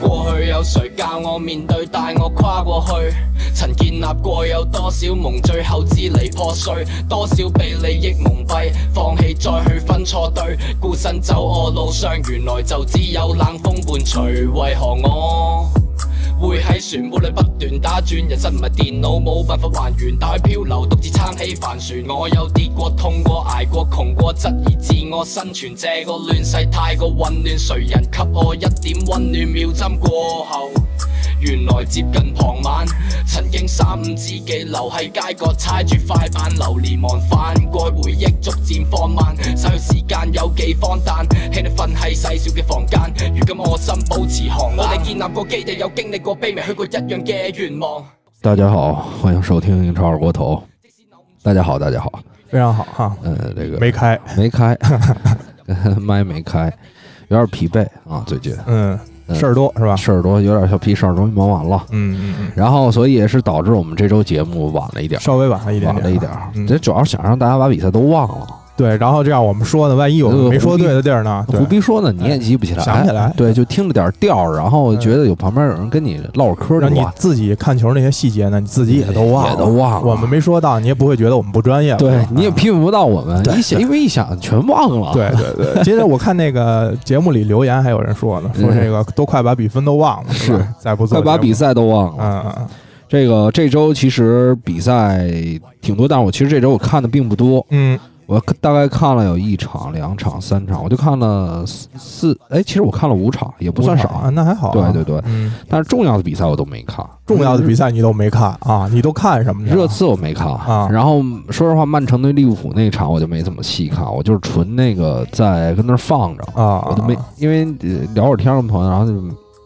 過去有誰教我面對，帶我跨過去？曾建立過有多少夢，最後支離破碎，多少被利益蒙蔽，放棄再去分錯對，孤身走我路上，原來就只有冷風伴隨。為何我會喺漩渦裏不斷打轉？人生唔係電腦，冇辦法還原，但去漂流，獨自撐起帆船。我有跌過、痛過、捱過、窮過，質疑自我生存。這個亂世太過混亂，誰人給我一點温暖？秒針過後。原來接近傍晚，曾經三五知己留喺街角，猜住快板流連忘返，過去回憶逐漸放慢，逝去時間有幾荒誕，輕力瞓喺細小嘅房間，如今我心保持寒冷。我哋建立過基地，有經歷過卑微，去過一樣嘅願望。大家好，欢迎收听英超二锅头。大家好，大家好。非常好哈，呃，这个没开，没开， 麦没开，有点疲惫啊，最近嗯，嗯事儿多是吧？事儿多，有点小屁事儿，容易忙完了。嗯嗯嗯，然后，所以也是导致我们这周节目晚了一点儿，稍微晚了一点晚了一点啊儿。嗯这主要是想让大家把比赛都忘了。对，然后这样我们说呢，万一有呃没说胡逼对的地儿呢？对胡，逼说呢，你也记不起来，想不起来嗯对，就听着点儿调儿，然后觉得有旁边有人跟你唠会儿嗑儿让就你完。自己看球那些细节呢，你自己也都忘了，也都忘了我们没说到，你也不会觉得我们不专业，对，你也啊批评不到我们，一想，因为一想全忘了。 对对对。接着我看那个节目里留言，还有人说呢，说这个都快把比分都忘了，吧是再不做快把节目比，赛都忘了。嗯嗯嗯这个这周其实比赛挺多，但是我其实这周我看的并不多，嗯，我大概看了有一场、两场、三场，我就看了四四，哎，其实我看了五场，也不算五场少啊，。那还好啊，对对对嗯，但是重要的比赛我都没看，重要的比赛你都没看啊，你都看什么去了？热刺我没看啊然后说实话，曼城对利物浦那场我就没怎么细看，我就是纯那个在跟那儿放着，啊，我都没因为呃聊会儿天儿跟朋友，然后就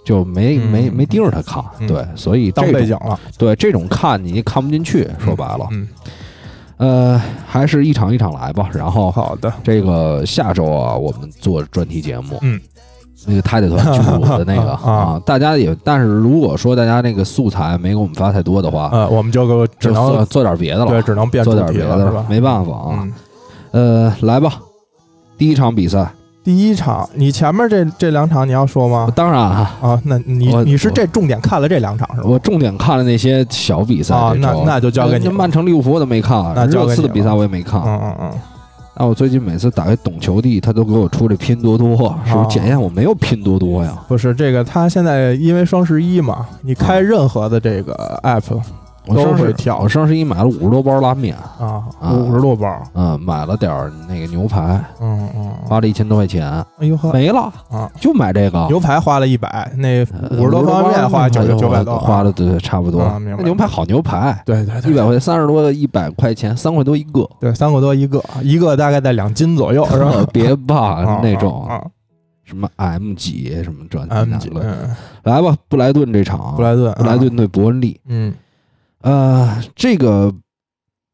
就没嗯没没盯着他看。嗯对，所以这当种背景了，对这种看你也看不进去，说白了，嗯，呃，还是一场一场来吧。然后好的，这个下周啊，我们做专题节目，嗯，那个太太团剧组的那个啊啊，大家也，但是如果说大家那个素材没给我们发太多的话，呃，我们就给只就做能做点别的对，了，只能变主做点题别了，的是吧？没办法啊。嗯，呃，来吧，第一场比赛，第一场，你前面这这两场你要说吗？当然啊，啊，那你我你是这重点看了这两场是吧？我重点看了那些小比赛啊这周那那就交给你那曼城、利物浦我都没看，啊那交热给刺的你比赛了我也没看，嗯嗯嗯，那我最近每次打开懂球帝，他都给我出这拼多多，是啊不是检验我没有拼多多呀？不是这个，他现在因为双十一嘛，你啊开任何的这个 app 我都双会十跳我双十一买了五十多包拉面，啊，啊五十多包，嗯，买了点儿那个牛排，嗯嗯，嗯花了一千多块钱，哎呦呵，啊没了啊，就买这个牛排花了一百，那呃五十多包方拉面面花九哎呦九百我多，花了对差不多啊明。白那牛排好牛排，对对一对百块三十多的，一百块钱三块多一个，对，三块多一个，一个大概在两斤左右是吧特？别棒啊那种啊，啊什么 M 几什么这那，M 级，的。嗯，来吧，布莱顿这场，布莱顿，布莱啊，顿对伯恩利，嗯呃，这个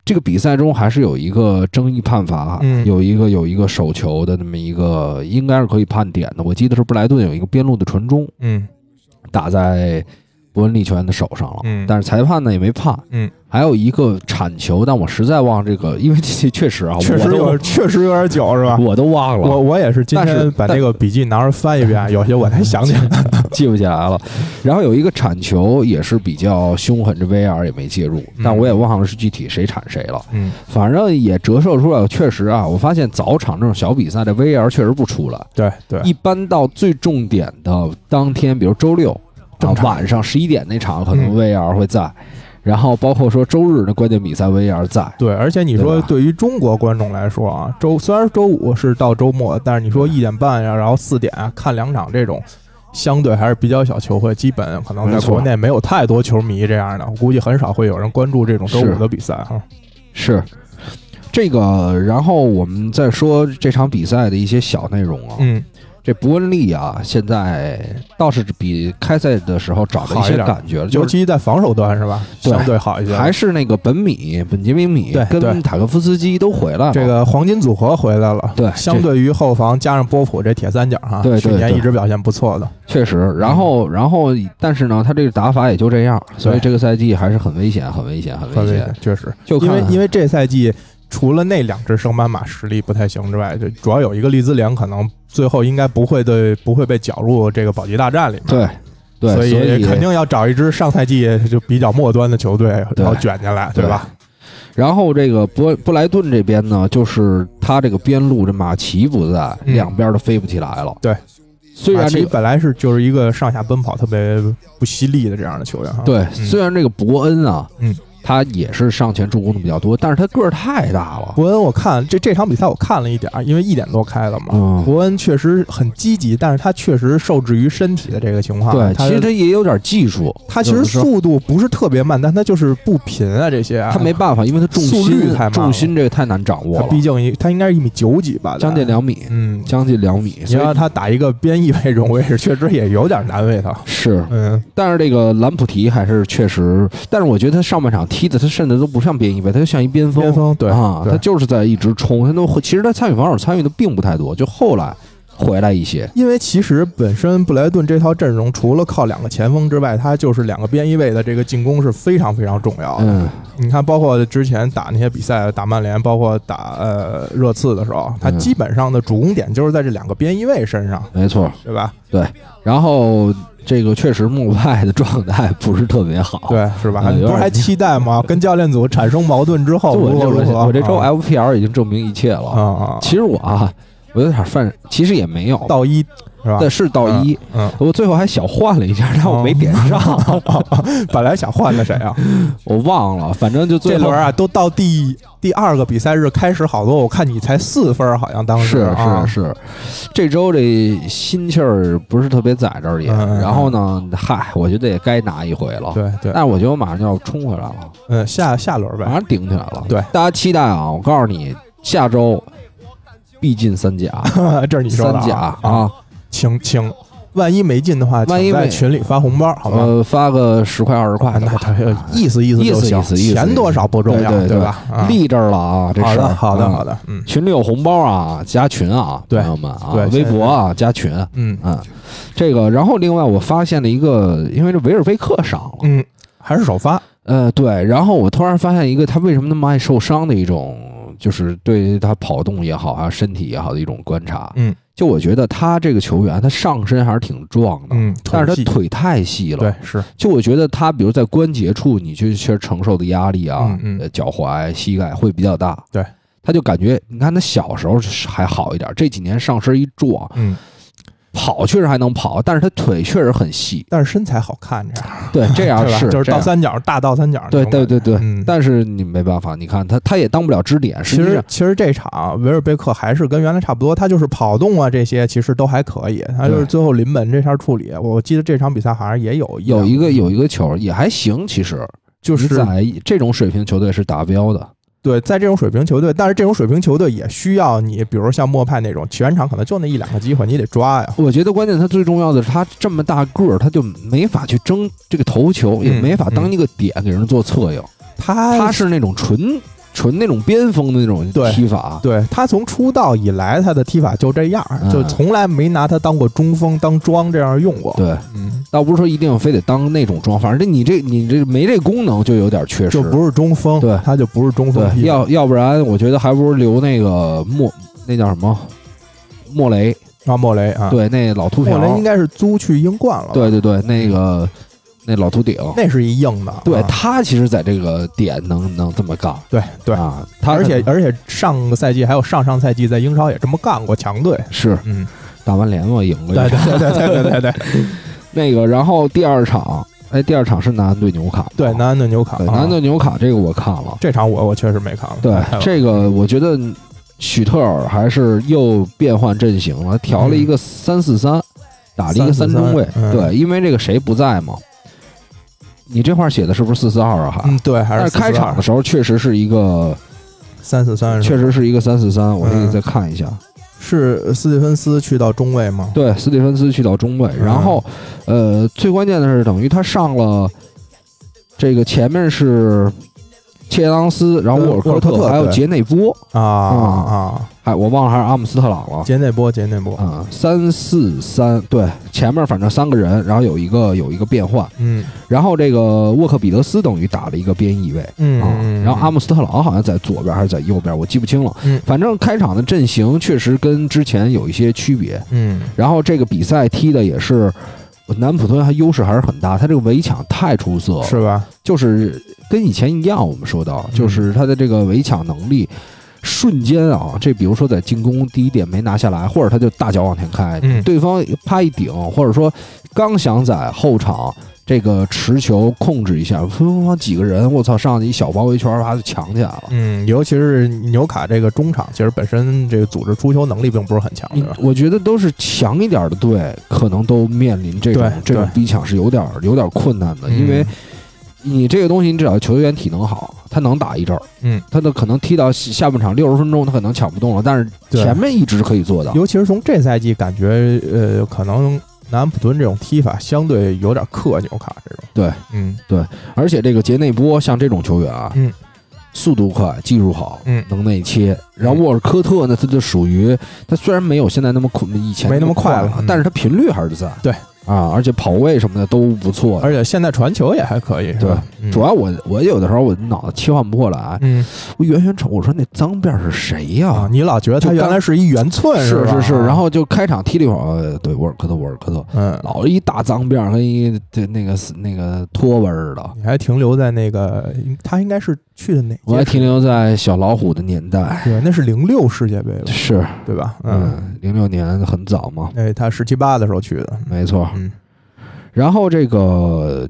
这个比赛中还是有一个争议判罚，嗯有一个有一个手球的那么一个，应该是可以判点的。我记得是布莱顿有一个边路的传中嗯打在伯恩利球员的手上了，嗯但是裁判呢也没判。嗯，还有一个铲球，但我实在忘这个，因为这确实啊，确我实都有，确实有点久，是吧？我都忘了，我我也是今但是天把这个笔记拿出来翻一遍，有些我才想起来。记不起来 了。然后有一个铲球也是比较凶狠，这 VR 也没介入，但嗯我也忘了是具体谁铲谁了。嗯反正也折射出来，确实啊，我发现早场这种小比赛的 VR 确实不出来，， 对对，一般到最重点的当天，比如周六啊正常晚上十一点那场，可能嗯 VR 会在，然后包括说周日的关键比赛 VR 在，对，而且你对说吧对于中国观众来说啊，周虽然周五是到周末，但是你说一点半呀，然后四点啊看两场这种。相对还是比较小球会，基本可能没在错国内没有太多球迷这样的，我估计很少会有人关注这种周是五的比赛哈。是这个。然后我们再说这场比赛的一些小内容啊，嗯，这伯恩利啊，现在倒是比开赛的时候找了一好一些点感觉了，尤就是。其在防守端是吧，对相对好一些。还是那个本米、本杰明米对跟对塔科夫斯基都回来了，这个黄金组合回来了，啊对相对于后防加上波普这铁三角哈，对对去年对一直表现不错的，确实，嗯然后，然后，但是呢，他这个打法也就这样，所以对这个赛季还是很危险，很危险，很很危危险险。，确实，就看因为因为这赛季除了那两只升班马实力不太行之外，就主要有一个利兹联可能最后应该不会对不会被搅入这个保级大战里面。对对，所所肯定要找一支上赛季就比较末端的球队，对然后卷进来，对吧？然后这个布布莱顿这边呢，就是他这个边路这马奇不在，嗯两边都飞不起来了。对，虽然马这奇个本来是就是一个上下奔跑特别不犀利的这样的球员哈，对，嗯虽然这个伯恩啊，嗯，他也是上前助攻的比较多，但是他个儿太大了。伯恩，我看这这场比赛我看了一点儿，因为一点多开了嘛。嗯，伯恩确实很积极，但是他确实受制于身体的这个情况。啊对，他其实他也有点技术，他其实有的时候速度不是特别慢，但他就是不频啊这些啊。他没办法，因为他重速率心太慢了重心这个太难掌握他了，毕竟一他应该是一米九几吧，将近。两米，嗯，将近两米，你所以让他打一个边翼位中卫是确实也有点难为他。是。嗯，但是这个兰普提还是确实，但是我觉得他上半场踢的他甚至都不像边翼位，他就像一边锋，边锋对啊，对他就是在一直冲，他都会其实他参与防守参与的并不太多，就后来回来一些，因为其实本身布莱顿这套阵容除了靠两个前锋之外，他就是两个边翼位的这个进攻是非常非常重要的。嗯，你看，包括之前打那些比赛，打曼联，包括打呃热刺的时候，他嗯基本上的主攻点就是在这两个边翼位身上，没错。对吧？然后这个确实穆派的状态不是特别好，，对，是吧？嗯你有不是点还期待吗？跟教练组产生矛盾之后，就我如何这如何？我我这周啊 FPL 已经证明一切了。啊啊，其实我啊，我有点犯，其实也没有，到一是吧但？是到一，嗯， 我最后还小换了一下，但我没点上，啊本来想换的谁啊？我忘了，反正就最这后轮啊，都到第第二个比赛日开始，好多我看你才四分儿，好像当时是啊是是，这周这心气儿不是特别在这儿也，嗯嗯嗯然后呢，嗨，我觉得也该拿一回了。对对，但是我觉得我马上就要冲回来了，嗯，下下轮马呗，上顶起来了。对，大家期待啊！我告诉你，下周必进三甲，这是你说三的甲啊啊，啊！请请，万一没进的话，万一请在没群里发红包，好吗？呃，发个十块二十块啊，的那吧，他意思意思意就思行意，思意思钱多少不重要，对对对吧？啊立这儿了啊！这好事儿的，好的，好的。的，嗯群里有红包啊，加群啊，对朋友们啊对，微现在博啊，加群啊，嗯嗯，这个，然后另外我发现了一个，因为这维尔贝克上了，嗯，还是首发，呃，对，然后我突然发现一个他为什么那么爱受伤的一种，就是对他跑动也好啊，身体也好的一种观察。嗯就我觉得他这个球员，他上身还是挺壮的，嗯，但是细他腿太细了。对，是，就我觉得他比如在关节处，你去确实承受的压力啊，嗯嗯呃脚踝、膝盖会比较大。对。他就感觉，你看他小时候是还好一点，这几年上身一壮，嗯，跑确实还能跑，但是他腿确实很细。但是身材好看，这样对，这样对吧？啊是 就是这样倒三角，大倒三角，对对。对对，嗯但是你没办法，你看他他也当不了支点，实其际实上其实这场维尔贝克还是跟原来差不多，他就是跑动啊这些其实都还可以，他就是对最后临门这下处理，我记得这场比赛好像也有有一个两有一个球也还行，其实嗯就你是在这种水平球队是达标的，对，在这种水平球队，但是这种水平球队也需要你，比如像莫派那种，全场可能就那一两个机会，你得抓呀。我觉得关键他最重要的是他这么大个儿，他就没法去争这个头球，也嗯没法当嗯一个点给人做策应。他他是那种纯纯那种边锋的那种对踢法，对他从出道以来，他的踢法就这样，嗯就从来没拿他当过中锋、当桩这样用过。对，嗯，倒不是说一定非得当那种装，反正你这你这没这功能就有点缺失，就不是中锋，对他就不是 中锋对，踢 法。要要不然我觉得还不如留那个莫那叫什么莫雷，啊，莫雷啊，，对，那老秃瓢莫，雷应该是租去英冠了吧。对对对，那个那老秃顶，那是一硬的。对啊他其实在这个点能能这么干，对对，啊，他而且可能而且上个赛季还有上上赛季在英超也这么干过强队。是嗯，打完联嘛赢对了，对对对对对对那个然后第二场，哎，第二场是南安对纽卡，对，南安顿纽卡，对啊南安对纽卡这个我看了，这场我我确实没看了。对太晚了这个我觉得许特尔还是又变换阵型了，调了一个三四三，打了一个三中卫，嗯对，因为这个谁不在嘛。你这块写的是不是四四二啊？还、嗯，对，还但是是开场的时候确实是一个，三四三，确实是一个三四三。我这里嗯再看一下，是斯蒂芬斯去到中卫吗？对，斯蒂芬斯去到中卫，嗯然后，呃，最关键的是等于他上了这个前面是切当斯，然后跟沃尔科嗯沃尔科特还有对杰内波，啊嗯啊，哎，我忘了还是阿姆斯特朗了。杰内波，杰内波，啊，三四三，对，前面反正三个人，然后有一个有一个变换，嗯然后这个沃克彼得斯等于打了一个边翼位，嗯啊嗯，，然后阿姆斯特朗好像在左边还是在右边，我记不清了。嗯反正开场的阵型确实跟之前有一些区别。嗯然后这个比赛踢的也是南普敦，他优势还是很大，他这个围抢太出色了，是吧？就是跟以前一样，我们说到嗯就是他的这个围抢能力。瞬间啊，这比如说在进攻第一点没拿下来，或者他就大脚往前开，嗯对方啪一顶，或者说刚想在后场这个持球控制一下，砰砰砰几个人，我操，上去一小包围圈，啪就抢起来了。嗯，尤其是纽卡这个中场，其实本身这个组织出球能力并不是很强，对你吧？我觉得都是强一点儿的队，可能都面临这种对这种对逼抢是有点儿有点儿困难嗯的，嗯因为你这个东西，你只要球员体能好，他能打一阵儿，嗯，他的可能踢到下下半场六十分钟，他可能抢不动了，但是对前面一直可以做到。尤其是从这赛季感觉，呃，可能南安普敦这种踢法相对有点克纽卡这种。对，嗯而且这个杰内波像这种球员啊，嗯，速度快，技术好，嗯能内切。然后沃尔科特呢，他就属于他虽然没有现在那么快，以前没那那么快了了嗯，但是他频率还是在。对嗯啊，而且跑位什么的都不错的。而且现在传球也还可以，是吧嗯主要我我有的时候我脑子切换不过来，嗯我远远瞅我说那脏辫儿是谁呀、啊，你老觉得他就刚原来是一圆寸，是吧啊是是，然后就开场踢了一会儿，呃对，沃尔科特沃尔科特，嗯，老一大脏辫儿跟一对那个那个拖巴似的。你还停留在那个，他应该是去的哪届世界杯？我还停留在小老虎的年代，对，那是零六世界杯吧，是，对吧？嗯，嗯，零六年很早嘛，那他十七八的时候去的，没错。嗯然后这个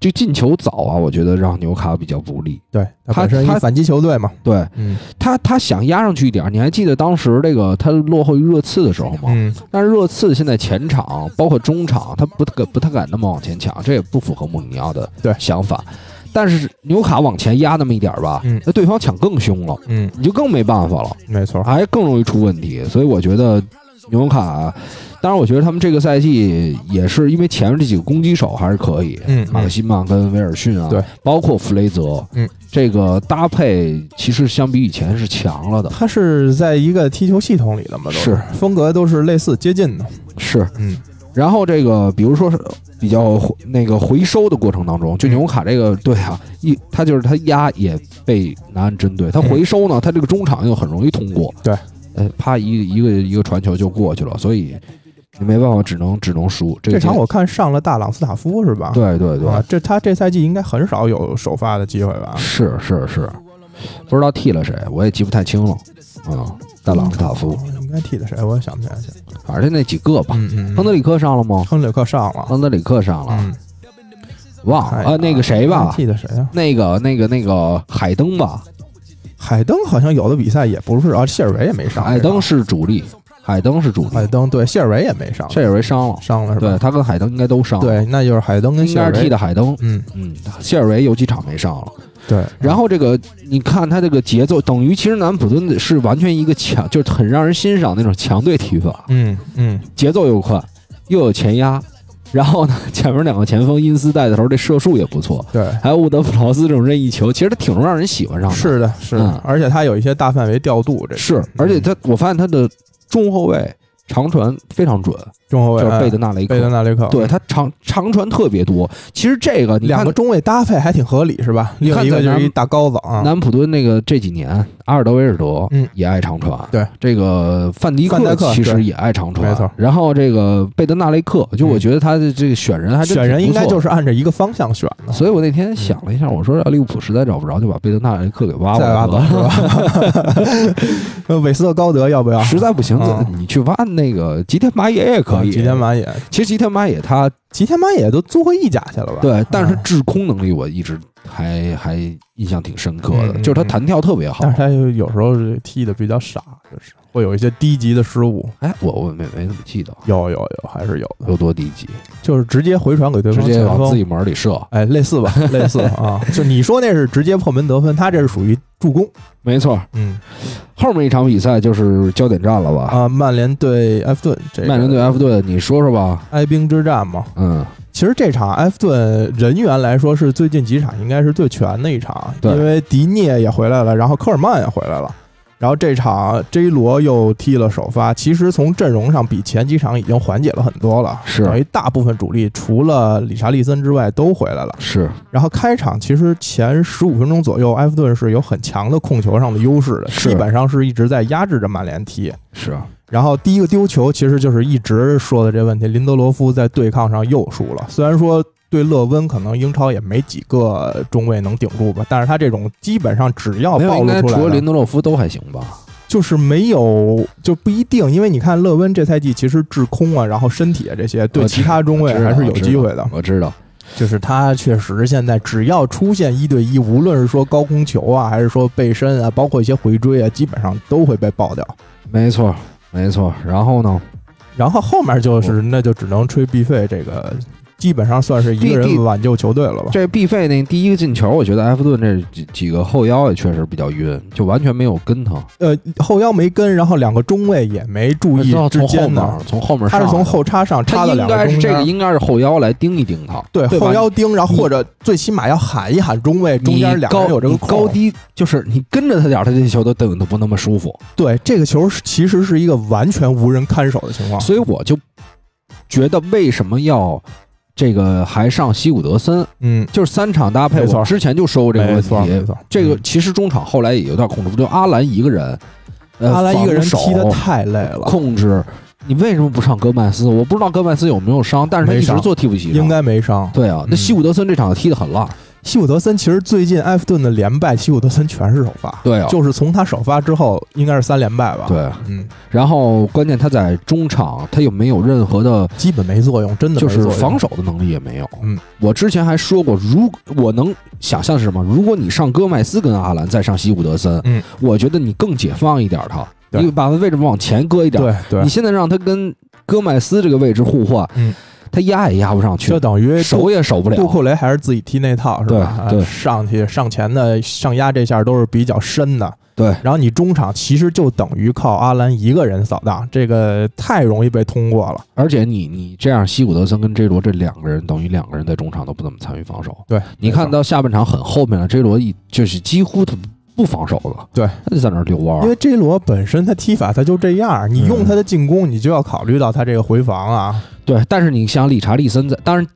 就进球早啊，我觉得让纽卡比较不利。对，他他本身一他反击球队嘛，对嗯他，他想压上去一点儿，你还记得当时这个他落后于热刺的时候吗？嗯，但是热刺现在前场包括中场，他不敢不太敢那么往前抢，这也不符合穆里尼奥的对想法。但是纽卡往前压那么一点儿吧，嗯那对方抢更凶了，嗯，你就更没办法了，没错，还更容易出问题。所以我觉得纽卡，当然我觉得他们这个赛季也是因为前面这几个攻击手还是可以，嗯马克西曼跟威尔逊啊，对，包括弗雷泽，嗯，这个搭配其实相比以前是强了的，他是在一个踢球系统里的嘛，都是风格都是类似接近的，是。嗯然后这个，比如说是比较回那个回收的过程当中，就嗯纽卡这个对啊，一他就是他压也被南安针对，他回收呢，他这个中场又很容易通过，对，呃，啪一个一个一个传球就过去了，所以你没办法，只能只能输。这这个场结我看上了大朗斯塔夫是吧？对对对，啊，这他这赛季应该很少有首发的机会吧？是是是，不知道替了谁，我也记不太清了。啊，大朗斯塔夫，应该替的谁？我也想不起来去。反正那几个吧。嗯嗯，亨德里克上了吗？亨德里克上了，亨德里克上了，嗯，忘哎了啊，那个啊谁吧，替的谁啊？那个那个那个海登吧，海登好像有的比赛也不是啊，谢尔维也没上。海登是主力，海登是主力，海登对谢尔维也没上，这也为伤了，伤了是对吧？他跟海登应该都伤了，对，那就是海登跟应谢该尔是维踢的海登，嗯，嗯，谢尔维有几场没上了。对。然后这个你看他这个节奏，等于其实南普敦是完全一个强，就是很让人欣赏那种强队踢法，嗯嗯，节奏又快，又有前压。然后呢，前面两个前锋因斯带的时候，这射术也不错，对，还有伍德普劳斯这种任意球，其实他挺让人喜欢上的。是的，是的嗯，而且他有一些大范围调度，这个是，而且他，我发现他的中后卫长传非常准，中后卫就是贝德哎纳雷克贝德，纳雷克，对他长长传特别多。其实这个你两看个中卫搭配还挺合理，是吧？另看一个在就是咱一们大高子啊，南普敦那个这几年，阿尔德维尔德嗯也爱长传，对这个范迪范戴克克其对实也爱长传，没错然后这个贝德纳雷克，就我嗯觉得他的这个选人还真选人挺应不该错就的。是嗯按着一个方向选的，所以我那天想了一下，我说利物浦实在找不着，就把贝德纳雷克给挖过再来挖得走了。是吧？ 呃韦斯特高德要不要？实在不行，啊你去挖那个吉田麻也也可以。吉田，麻也，嗯其实吉田麻也他吉田麻也都租回意甲去了吧？对，但嗯是制空能力我一直还还印象挺深刻的，嗯就是他嗯弹跳特别好但。是他有时候是踢的比较傻，就是会有一些低级的失误。哎，我我没没怎么记得有有有，还是有的，有多低级，就是直接回传给对直方接前往自锋。己门里射。哎，类 似吧，类似啊，就你说那是直接破门得分，他这是属于助攻。没错，嗯后面一场比赛就是焦点战了吧？啊，曼联对埃弗顿，这个曼联对埃弗顿，你说说吧。哀兵之战嘛，嗯，其实这场埃弗顿人员来说是最近几场应该是最全的一场，对因为迪涅也回来了，然后科尔曼也回来了，然后这场 J 罗又踢了首发。其实从阵容上比前几场已经缓解了很多了，是等于大部分主力除了理查利森之外都回来了。是然后开场其实前十五分钟左右，埃弗顿是有很强的控球上的优势的，是基本上是一直在压制着曼联踢。是，然后第一个丢球其实就是一直说的这问题，林德罗夫在对抗上又输了。虽然说对勒温可能英超也没几个中卫能顶住吧，但是他这种基本上只要没有暴应露该出除了来林了，德洛夫都还行吧？就是没有就不一定，因为你看勒温这赛季其实制空啊，然后身体啊这些对我其知他中卫我知道还是有我知道机会的。我知道，就是他确实现在只要出现一对一，无论是说高空球啊，还是说背身啊，包括一些回追啊，基本上都会被爆掉。没错没错。然后呢，然后后面就是嗯那就只能吹必费，这个基本上算是一个必必人挽救球队了吧？这 B 费那第一个进球，我觉得埃弗顿这几几个后腰也确实比较晕，就完全没有跟他。呃，后腰没跟，然后两个中卫也没注意他之从后间呢面，从后面他上是的，从后插上他插了两应该个是中这个间。应该是后腰来盯一盯他，对吧后腰盯，然后你或者最起码要喊一喊中卫，中间你两个人高有这个你高空。低，就是你跟着他点儿，他这球都等都不那么舒服。对，这个球是其实是一个完全无人看守的情况。所以我就觉得为什么要这个还上西伍德森，嗯，就是三场搭配。没错我之前就说过这个没问错没题，错，这个嗯其实中场后来也有点控制不住，阿兰一个人，呃阿兰一个人防守踢的太累了，控制。你为什么不上戈麦斯？我不知道戈麦斯有没有伤，但是他一没直伤做替补席上。应该没伤。对啊，那嗯西伍德森这场踢得很烂。西伍德森其实最近埃弗顿的连败，西伍德森全是首发。对啊，就是从他首发之后，应该是三连败吧？，对。嗯，然后关键他在中场他又没有任何的基本没作用，真的就没是作用防守的能力也没有。嗯，我之前还说过，如我能想象是什么？如果你上戈麦斯跟阿兰，再上西伍德森，嗯，我觉得你更解放一点他，对你把他位置往前搁一点。对对你，现在让他跟戈麦斯这个位置互换，嗯，他压也压不上去就，等于杜守也守不了。杜库雷还是自己踢那套是吧？对对啊上去上前的上压这下都是比较深的。对，然后你中场其实就等于靠阿兰一个人扫荡，这个太容易被通过了。而且你你这样，西伍德森跟 J 罗这两个人，等于两个人在中场都不怎么参与防守。对，你没错看到下半场很后面了，J 罗一就是几乎他不防守了，对，他就在那儿遛弯儿因为 J 罗本身他踢法他就这样，你用他的进攻，你就要考虑到他这个回防啊。对，但是你像理查利森在，当然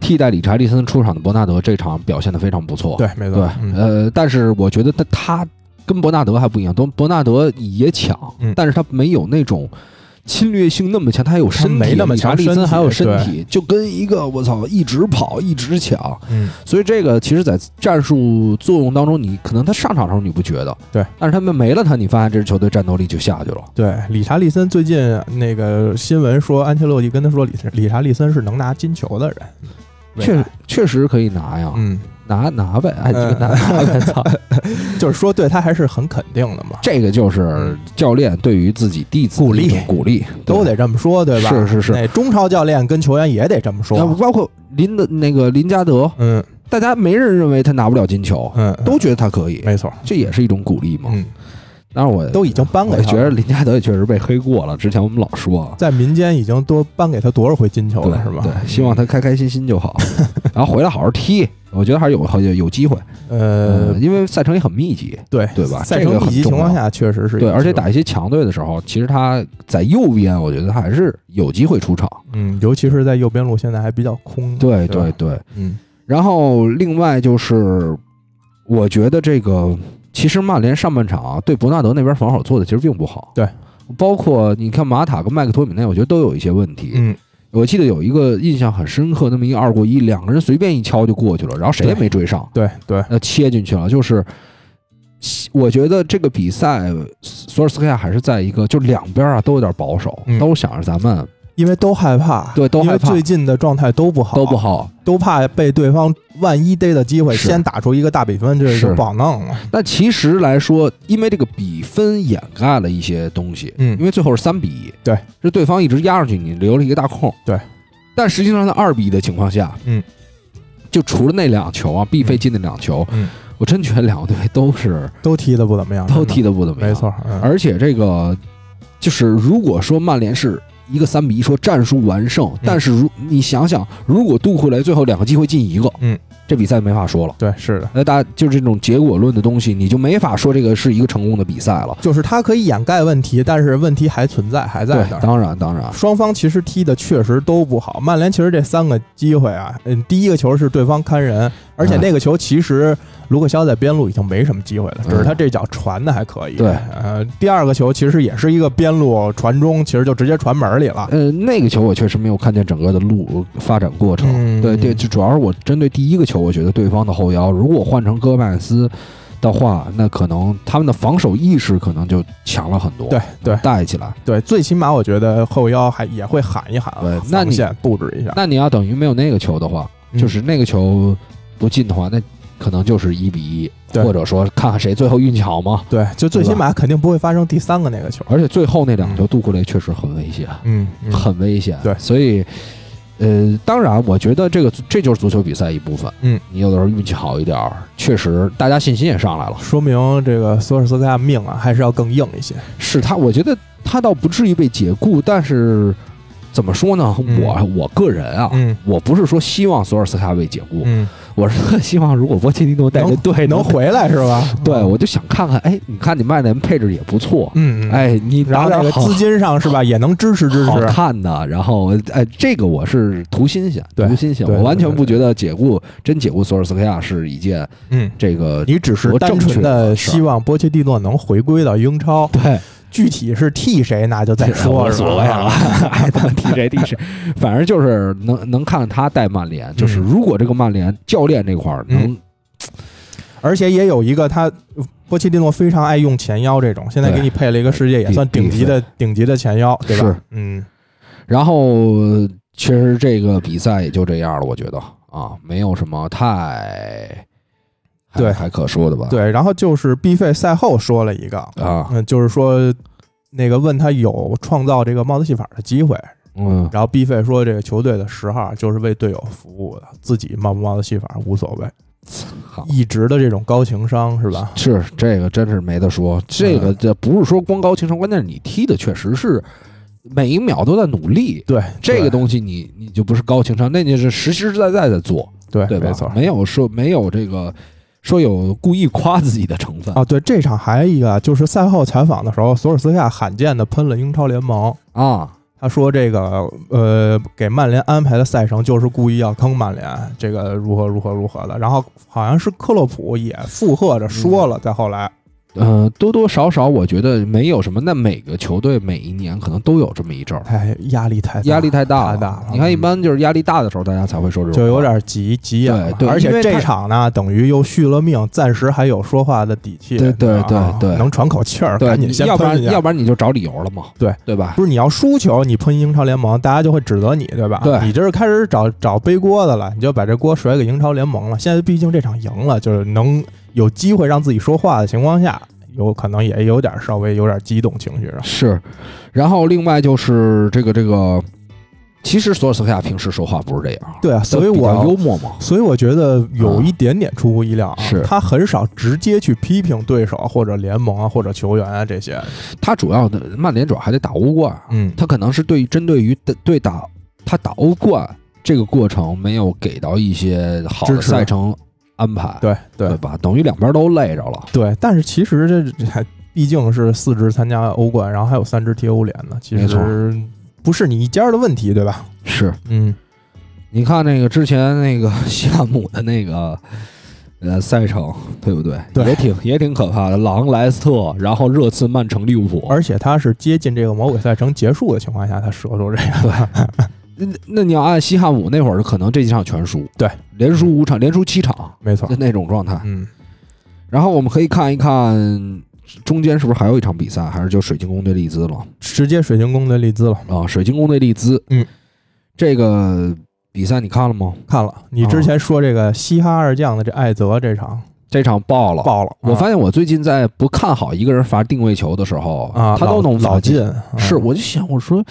替代理查利森出场的伯纳德这场表现的非常不错。对，没哦对错，嗯，呃，但是我觉得他他跟伯纳德还不一样，都伯纳德也抢，嗯但是他没有那种。侵略性那么强，他还有身体，没那么理查强利森身体还有身体，就跟一个我操一直跑一直抢，嗯，所以这个其实，在战术作用当中，你可能他上场的时候你不觉得，对，但是他们没了他，你发现这支球队战斗力就下去了。对，理查利森最近那个新闻说，安切洛蒂跟他说理，理查利森是能拿金球的人，未来确实，确实可以拿呀，嗯，拿拿呗，哎，你嗯拿拿呗，操！就是说对他还是很肯定的嘛，这个就是教练对于自己弟子的嗯鼓励一种鼓励，都对得这么说，对吧？是是是那中超教练跟球员也得这么那说，包括林的那个林加德，嗯大家没人认为他拿不了金球，嗯，都觉得他可以，没错，这也是一种鼓励嘛。嗯，当然我都已经颁给我他也了，觉得林加德也确实被黑过了，之前我们老说啊，在民间已经多颁给他多少回金球对了，是吧？嗯对，希望他开开心心就 好，然后回来好好踢，我觉得还是有好有有机会，呃嗯，，因为赛程也很密集，对对吧赛这个程很密集情重要况下确实是对，有而且机会打一些强队的时候，其实他在右边，我觉得还是有机会出场。嗯，尤其是在右边路现在还比较空，对对对吧对，嗯然后另外就是，我觉得这个其实曼联上半场啊对伯纳德那边防守做的其实并不好。对，包括你看马塔跟麦克托米奈，我觉得都有一些问题。嗯，我记得有一个印象很深刻，那么一个二过一，两个人随便一敲就过去了，然后谁也没追上，对对，那切进去了，就是。我觉得这个比赛，索尔斯克亚还是在一个，就两边啊都有点保守，嗯都想着咱们因为都害怕，对都因为害怕最近的状态都不好，都不好，都怕被对方万一逮到机会，是先打出一个大比分，这是就不好弄了。但其实来说，因为这个比分掩盖了一些东西，嗯因为最后是三比一，对，是对方一直压上去，你留了一个大空，对。但实际上在二比一的情况下，嗯，就除了那两球啊，必费进的两球，嗯，我真觉得两个队都是都踢得不怎么样，都踢得得不怎么样，没错。嗯而且这个就是，如果说曼联是一个三比一说战术完胜，嗯但是如你想想，如果杜库雷最后两个机会进一个，嗯，这比赛没法说了。对，是的，那大家就是这种结果论的东西，你就没法说这个是一个成功的比赛了。就是他可以掩盖问题，但是问题还存在，还在对那，儿。当然当然，双方其实踢的确实都不好。曼联其实这三个机会啊，嗯，第一个球是对方看人，而嗯且那个球其实卢克肖在边路已经没什么机会了，只是他这脚传的还可以。嗯对呃，第二个球其实也是一个边路传中，其实就直接传门里了。呃，那个球我确实没有看见整个的路发展过程。嗯对对，就主要是我针对第一个球，我觉得对方的后腰如果换成戈麦斯的话，那可能他们的防守意识可能就强了很多。对对带起来。对，最起码我觉得后腰还也会喊一喊啊对，那防你线布置一下，那你要等于没有那个球的话，嗯就是那个球不进的话，那可能就是一比一，对或者说看看谁最后运气好嘛。对，就最起码肯定不会发生第三个那个球。而且最后那两球，杜库雷确实很危险，嗯，嗯很危险。对所以。呃，当然，我觉得这个这就是足球比赛一部分。嗯，你有的时候运气好一点儿，确实大家信心也上来了。说明这个索尔斯克亚命啊还是要更硬一些。啊是他，我觉得他倒不至于被解雇，但是怎么说呢？嗯我我个人啊，嗯我不是说希望索尔斯克亚被解雇，嗯，我是希望如果波切蒂诺带着队能回，回来嗯是吧？对我就想看看，哎，你看你卖的人配置也不错，嗯，嗯，哎，你然拿后点这个好资金上是吧，也能支持支好持。看的，然后哎，这个我是图新鲜，对图新鲜，对我完全对对不觉得解雇真解雇索尔斯克亚是一件嗯，这个你只是单纯的希望波切蒂诺能回归到英超，对。具体是替谁那就再说， 啊无是所吧谓啊哎了， 爱怎么踢谁踢谁，反正就是能能看他带曼联，就是嗯如果这个曼联教练这块儿能，而且也有一个他。波切蒂诺非常爱用前腰这种，现在对给你配了一个世界也比算顶级的顶级的前腰，对吧？是嗯，然后其实这个比赛也就这样了，我觉得啊，没有什么太还对还可说的吧，对。然后就是毕费赛后说了一个，啊，嗯，就是说那个问他有创造这个帽子戏法的机会，嗯，然后 B 费说这个球队的十号啊就是为队友服务的，自己冒不冒的戏法无所谓。嗯好。一直的这种高情商是吧？是这个，真是没得说。这嗯个这不是说光高情商，关键是你踢的确实是每一秒都在努力。对，这个对东西你你就不是高情商，那你是实实在在在做。对对吧？没错。没有说没有这个说有故意夸自己的成分啊，对，这场还有一个就是赛后采访的时候，索尔斯克亚罕见的喷了英超联盟。啊，他说：“这个呃，给曼联安排的赛程就是故意要坑曼联，这个如何如何如何的。”然后好像是克洛普也附和着说嗯了。再后来，呃，多多少少我觉得没有什么。那每个球队每一年可能都有这么一阵儿，哎，压力太大压力太大太大了。你看，一嗯般就是压力大的时候，大家才会说这种话，就有点急急眼了对对而因且为这他场呢，等于又续了命，暂时还有说话的底气，对对你知道吗对对能喘口气儿，对，赶紧你先要不喷然一下要不然你就找理由了嘛，对对吧？不是你要输球，你喷英超联盟，大家就会指责你，对吧？对你这是开始找找背锅的了，你就把这锅甩给英超联盟了。现在毕竟这场赢了，就是能有机会让自己说话的情况下，有可能也有点稍微有点激动情绪上。是，然后另外就是这个这个，其实索尔斯克亚平时说话不是这样，对啊，所以比较幽我默嘛，所以我觉得有一点点出乎意料啊，是他很少直接去批评对手或者联盟啊或者球员啊这些，他主要的曼联主要还得打欧冠，嗯，他可能是对针对于对对打他打欧冠这个过程没有给到一些好的支持赛程安排，对对吧？等于两边都累着了。对，但是其实这这还毕竟是四支参加欧冠，然后还有三支踢欧联呢，其没错实不是你一家的问题，对吧？是，嗯，你看那个之前那个 西汉姆的那个。呃，赛程对不对？对也挺也挺可怕的。狼、莱斯特，然后热刺、曼城、利物浦。而且他是接近这个魔鬼赛程结束的情况下，他射出这个，那那你要按西汉姆那会儿，可能这几场全输，对，嗯连输五场，连输七场， 没错就，那种状态。嗯，然后我们可以看一看中间是不是还有一场比赛，还是就水晶宫对利兹了？直接水晶宫对利兹了。啊，水晶宫对利兹，嗯，这个比赛你看了吗？看了你之前说这个嘻哈二将的这艾泽这场这场爆了。爆了，我啊发现我最近在不看好一个人罚定位球的时候啊，他都老能老罚进，，是嗯我就想我说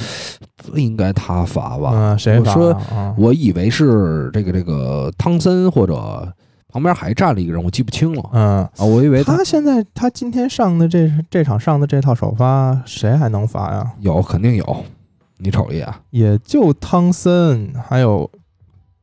不应该他罚吧，嗯，谁我罚说啊啊我以为是这个这个汤森或者旁边还站了一个人，我记不清了嗯。啊，我以为他他现在他今天上的这这场上的这套首发，谁还能罚呀？有肯定有，你瞅一眼，也就汤森还有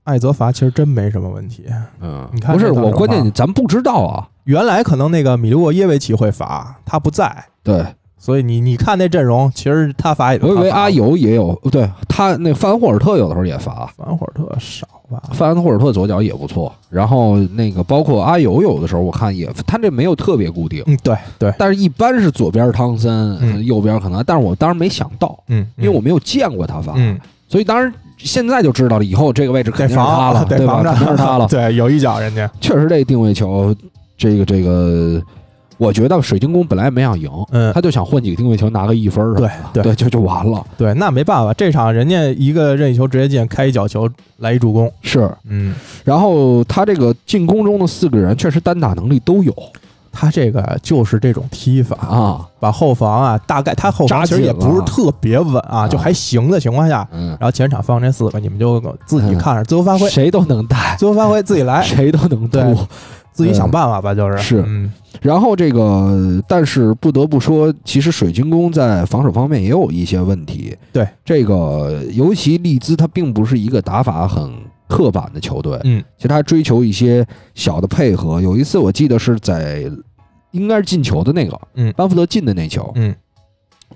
艾泽法，其实真没什么问题。嗯你看不是这段我，手关法键咱不知道啊。原来可能那个米利沃耶维奇会罚，他不在，对，所以你你看那阵容，其实他罚也就我以他为罚阿尤也有，对他那范霍尔特有的时候也罚，反火特少吧？范霍尔特左脚也不错，然后那个包括阿尤有的时候我看也，他这没有特别固定，嗯，对对，但是一般是左边汤森，嗯右边可能，但是我当时没想到，嗯，因为我没有见过他罚，嗯所以当然现在就知道了，以后这个位置肯得定是他防啊了， 得对吧？防着，肯定是他了 对，有一脚人家，确实这定位球，这个这个，我觉得水晶宫本来没想赢，嗯他就想换几个定位球拿个一分儿什么对的，对对，就就完了，对，那没办法，这场人家一个任意球直接进，开一脚球来一助攻，是。嗯，然后他这个进攻中的四个人确实单打能力都有他这个就是这种踢法，啊，把后防啊，大概他后防扎其紧实也不是了特别稳啊，就还行的情况下，嗯，然后前场放这四个，你们就自己看着，自由发挥，谁都能带，自由发挥，自己来，谁都能对突。自己想办法吧，就是是嗯然后这个，但是不得不说，其实水晶宫在防守方面也有一些问题。对这个，尤其利兹，他并不是一个打法很刻板的球队，嗯其实他追求一些小的配合。有一次我记得是在，应该是进球的那个，嗯班福德进的那球。嗯，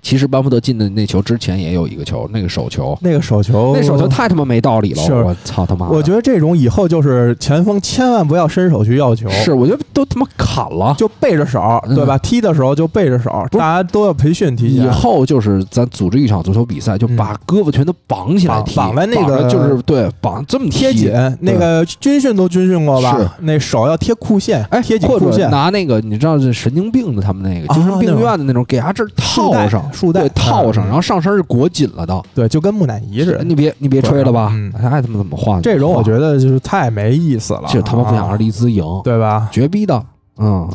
其实班福德进的那球之前也有一个球，那个手球，那个手球，那手球太他妈没道理了！哦是我操他妈的！我觉得这种以后就是前锋千万不要伸手去要球，是，我觉得都他妈砍了。就背着手，对吧？踢的时候就背着手，不大是家都要培训啊提以前。后就是咱组织一场足球比赛，就把胳膊全都绑起来绑踢，嗯绑在那个着就是对绑这么踢贴紧，那个军训都军训过是吧？那手要贴裤线，哎，贴紧或裤者线，拿那个你知道这神经病的他们那个啊精神病院的那种，给他这儿束套带上束带对，套上，嗯然后上身是裹紧了的。对，就跟木乃伊似的。你别你别吹了吧嗯，爱他妈怎么换？这种我觉得得就是太没意思了，这他妈不想让啊利兹赢，对吧？绝逼的。嗯，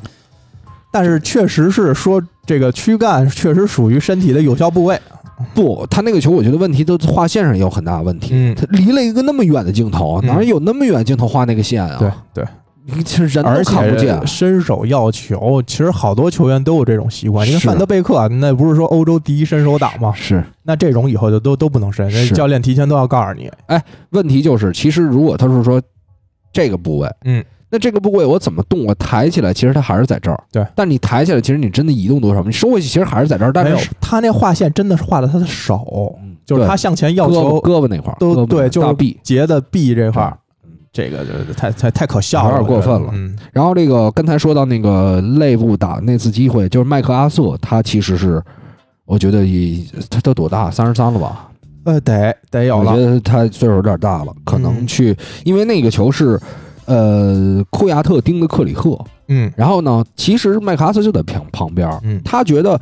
但是确实是说这个躯干确实属于身体的有效啊部位，不，他那个球我觉得问题都画线上也有很大问题。嗯他离了一个那么远的镜头，嗯哪有那么远镜头画那个线啊？对对，你这人而都看不啊见且。伸手要球，其实好多球员都有这种习惯。你看是范德贝克，啊那不是说欧洲第一伸手党吗？啊是，那这种以后就都都不能伸，那是教练提前都要告诉你，问题就是，其实如果他是说这个部位，嗯，那这个部位我怎么动？我抬起来，其实它还是在这儿。对，但你抬起来，其实你真的移动多少？你收回去，其实还是在这儿。但没有是，他那画线真的是画的他的手，嗯就是对他向前要胳球膊胳膊那块儿，胳都膊那块对，儿就大是臂。截的臂这块儿嗯，这个就是太太太可笑了，有点过分了我觉得嗯，然后这个刚才说到那个内部打那次机会，就是麦克阿瑟，他其实是，我觉得也他都多大，三十三了吧？呃，得得有我觉了，得他岁数有点大了，可能嗯去，因为那个球是，呃，库亚特盯的克里克，嗯然后呢，其实麦克阿瑟就在旁旁边儿，嗯他觉得。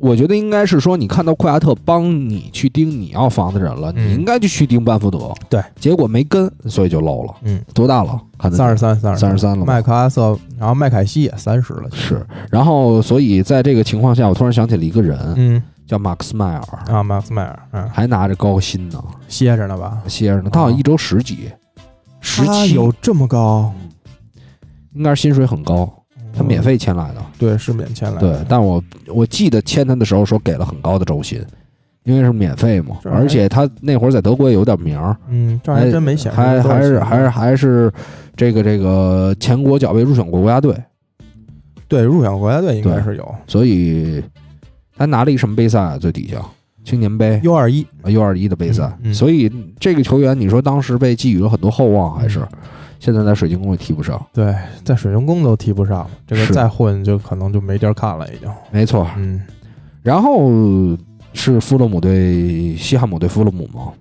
我觉得应该是说，你看到库亚特帮你去盯你要防的人了，嗯你应该就去盯班福德。对，结果没跟，所以就漏了。嗯，多大了？看得见三十三，三三十三了吧麦克阿瑟，然后麦凯西也三十了，是。然后，所以在这个情况下，我突然想起了一个人，嗯叫马克斯迈尔，啊，马克斯迈尔，嗯，还拿着高薪呢，歇着呢吧？歇着呢。他好像一周十几，十哦他七有这么高？应该是薪水很高，他免费签来的。对是免签来的，对，但我我记得签他的时候说给了很高的周薪，因为是免费嘛，这还而且他那会儿在德国也有点名儿，嗯，这还真没显示还多少还是钱还是还是这个这个前国脚被入选过国家队，对入选国家队应该对是有所以他拿了一个什么杯赛啊？最底下青年杯 U 二一， U 二一的杯赛，嗯嗯所以这个球员你说当时被寄予了很多厚望，还是嗯现在在水晶宫也踢不上？对，在水晶宫都踢不上了，这个是啊再混就可能就没地儿看了，已经。没错，嗯，然后是富勒姆对西汉姆对富勒姆吗？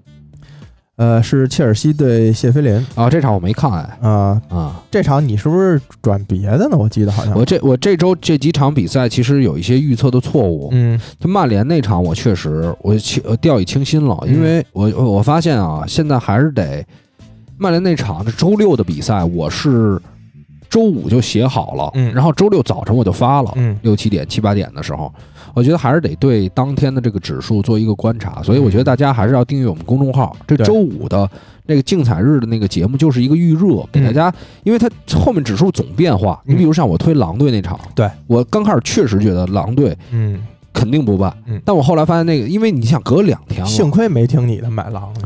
呃，是切尔西对谢菲联啊，这场我没看哎啊，啊，这场你是不是转别的呢？我记得好像我这我这周这几场比赛其实有一些预测的错误。嗯就曼联那场，我确实我清呃掉以轻心了，嗯因为我我我发现啊，现在还是得曼联那场是周六的比赛，我是周五就写好了，嗯然后周六早晨我就发了，嗯六七点七八点的时候，我觉得还是得对当天的这个指数做一个观察，所以我觉得大家还是要订阅我们公众号。这嗯对周五的那个竞彩日的那个节目就是一个预热，给大家，因为它后面指数总变化。嗯你比如像我推狼队那场，对我刚开始确实觉得狼队嗯，肯定不办。嗯但我后来发现那个，因为你想隔两天了，幸亏没听你的买狼呢，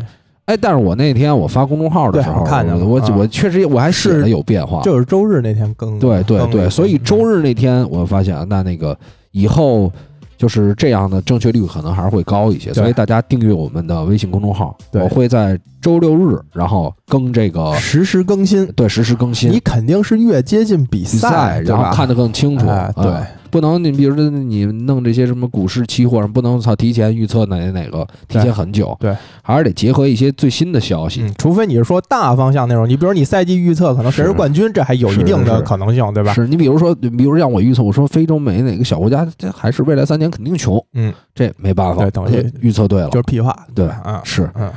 哎，但是我那天我发公众号的时候，对我看见了我我啊我确实我还写是的有变化，就是周日那天更的。对对嗯更对，的所以嗯周日那天我发现，啊那那个以后就是这样的正确率可能还是会高一些，所以大家订阅我们的微信公众号，对我会在周六日然后更这个实时更新，对实时更新你肯定是越接近比比赛，对然后吧看得更清楚。哎对啊不能你比如说你弄这些什么股市期货，不能操提前预测哪哪个，提前很久，对，还是得结合一些最新的消息。嗯，除非你是说大方向那种，你比如你赛季预测可能谁是是冠军，这还有是一定是的是可能性，对吧？是你比如说，比如让我预测，我说非洲美哪个小国家，这还是未来三年肯定穷，嗯，这没办法，对等于这预测对了，就是屁话，对吧？啊，是嗯，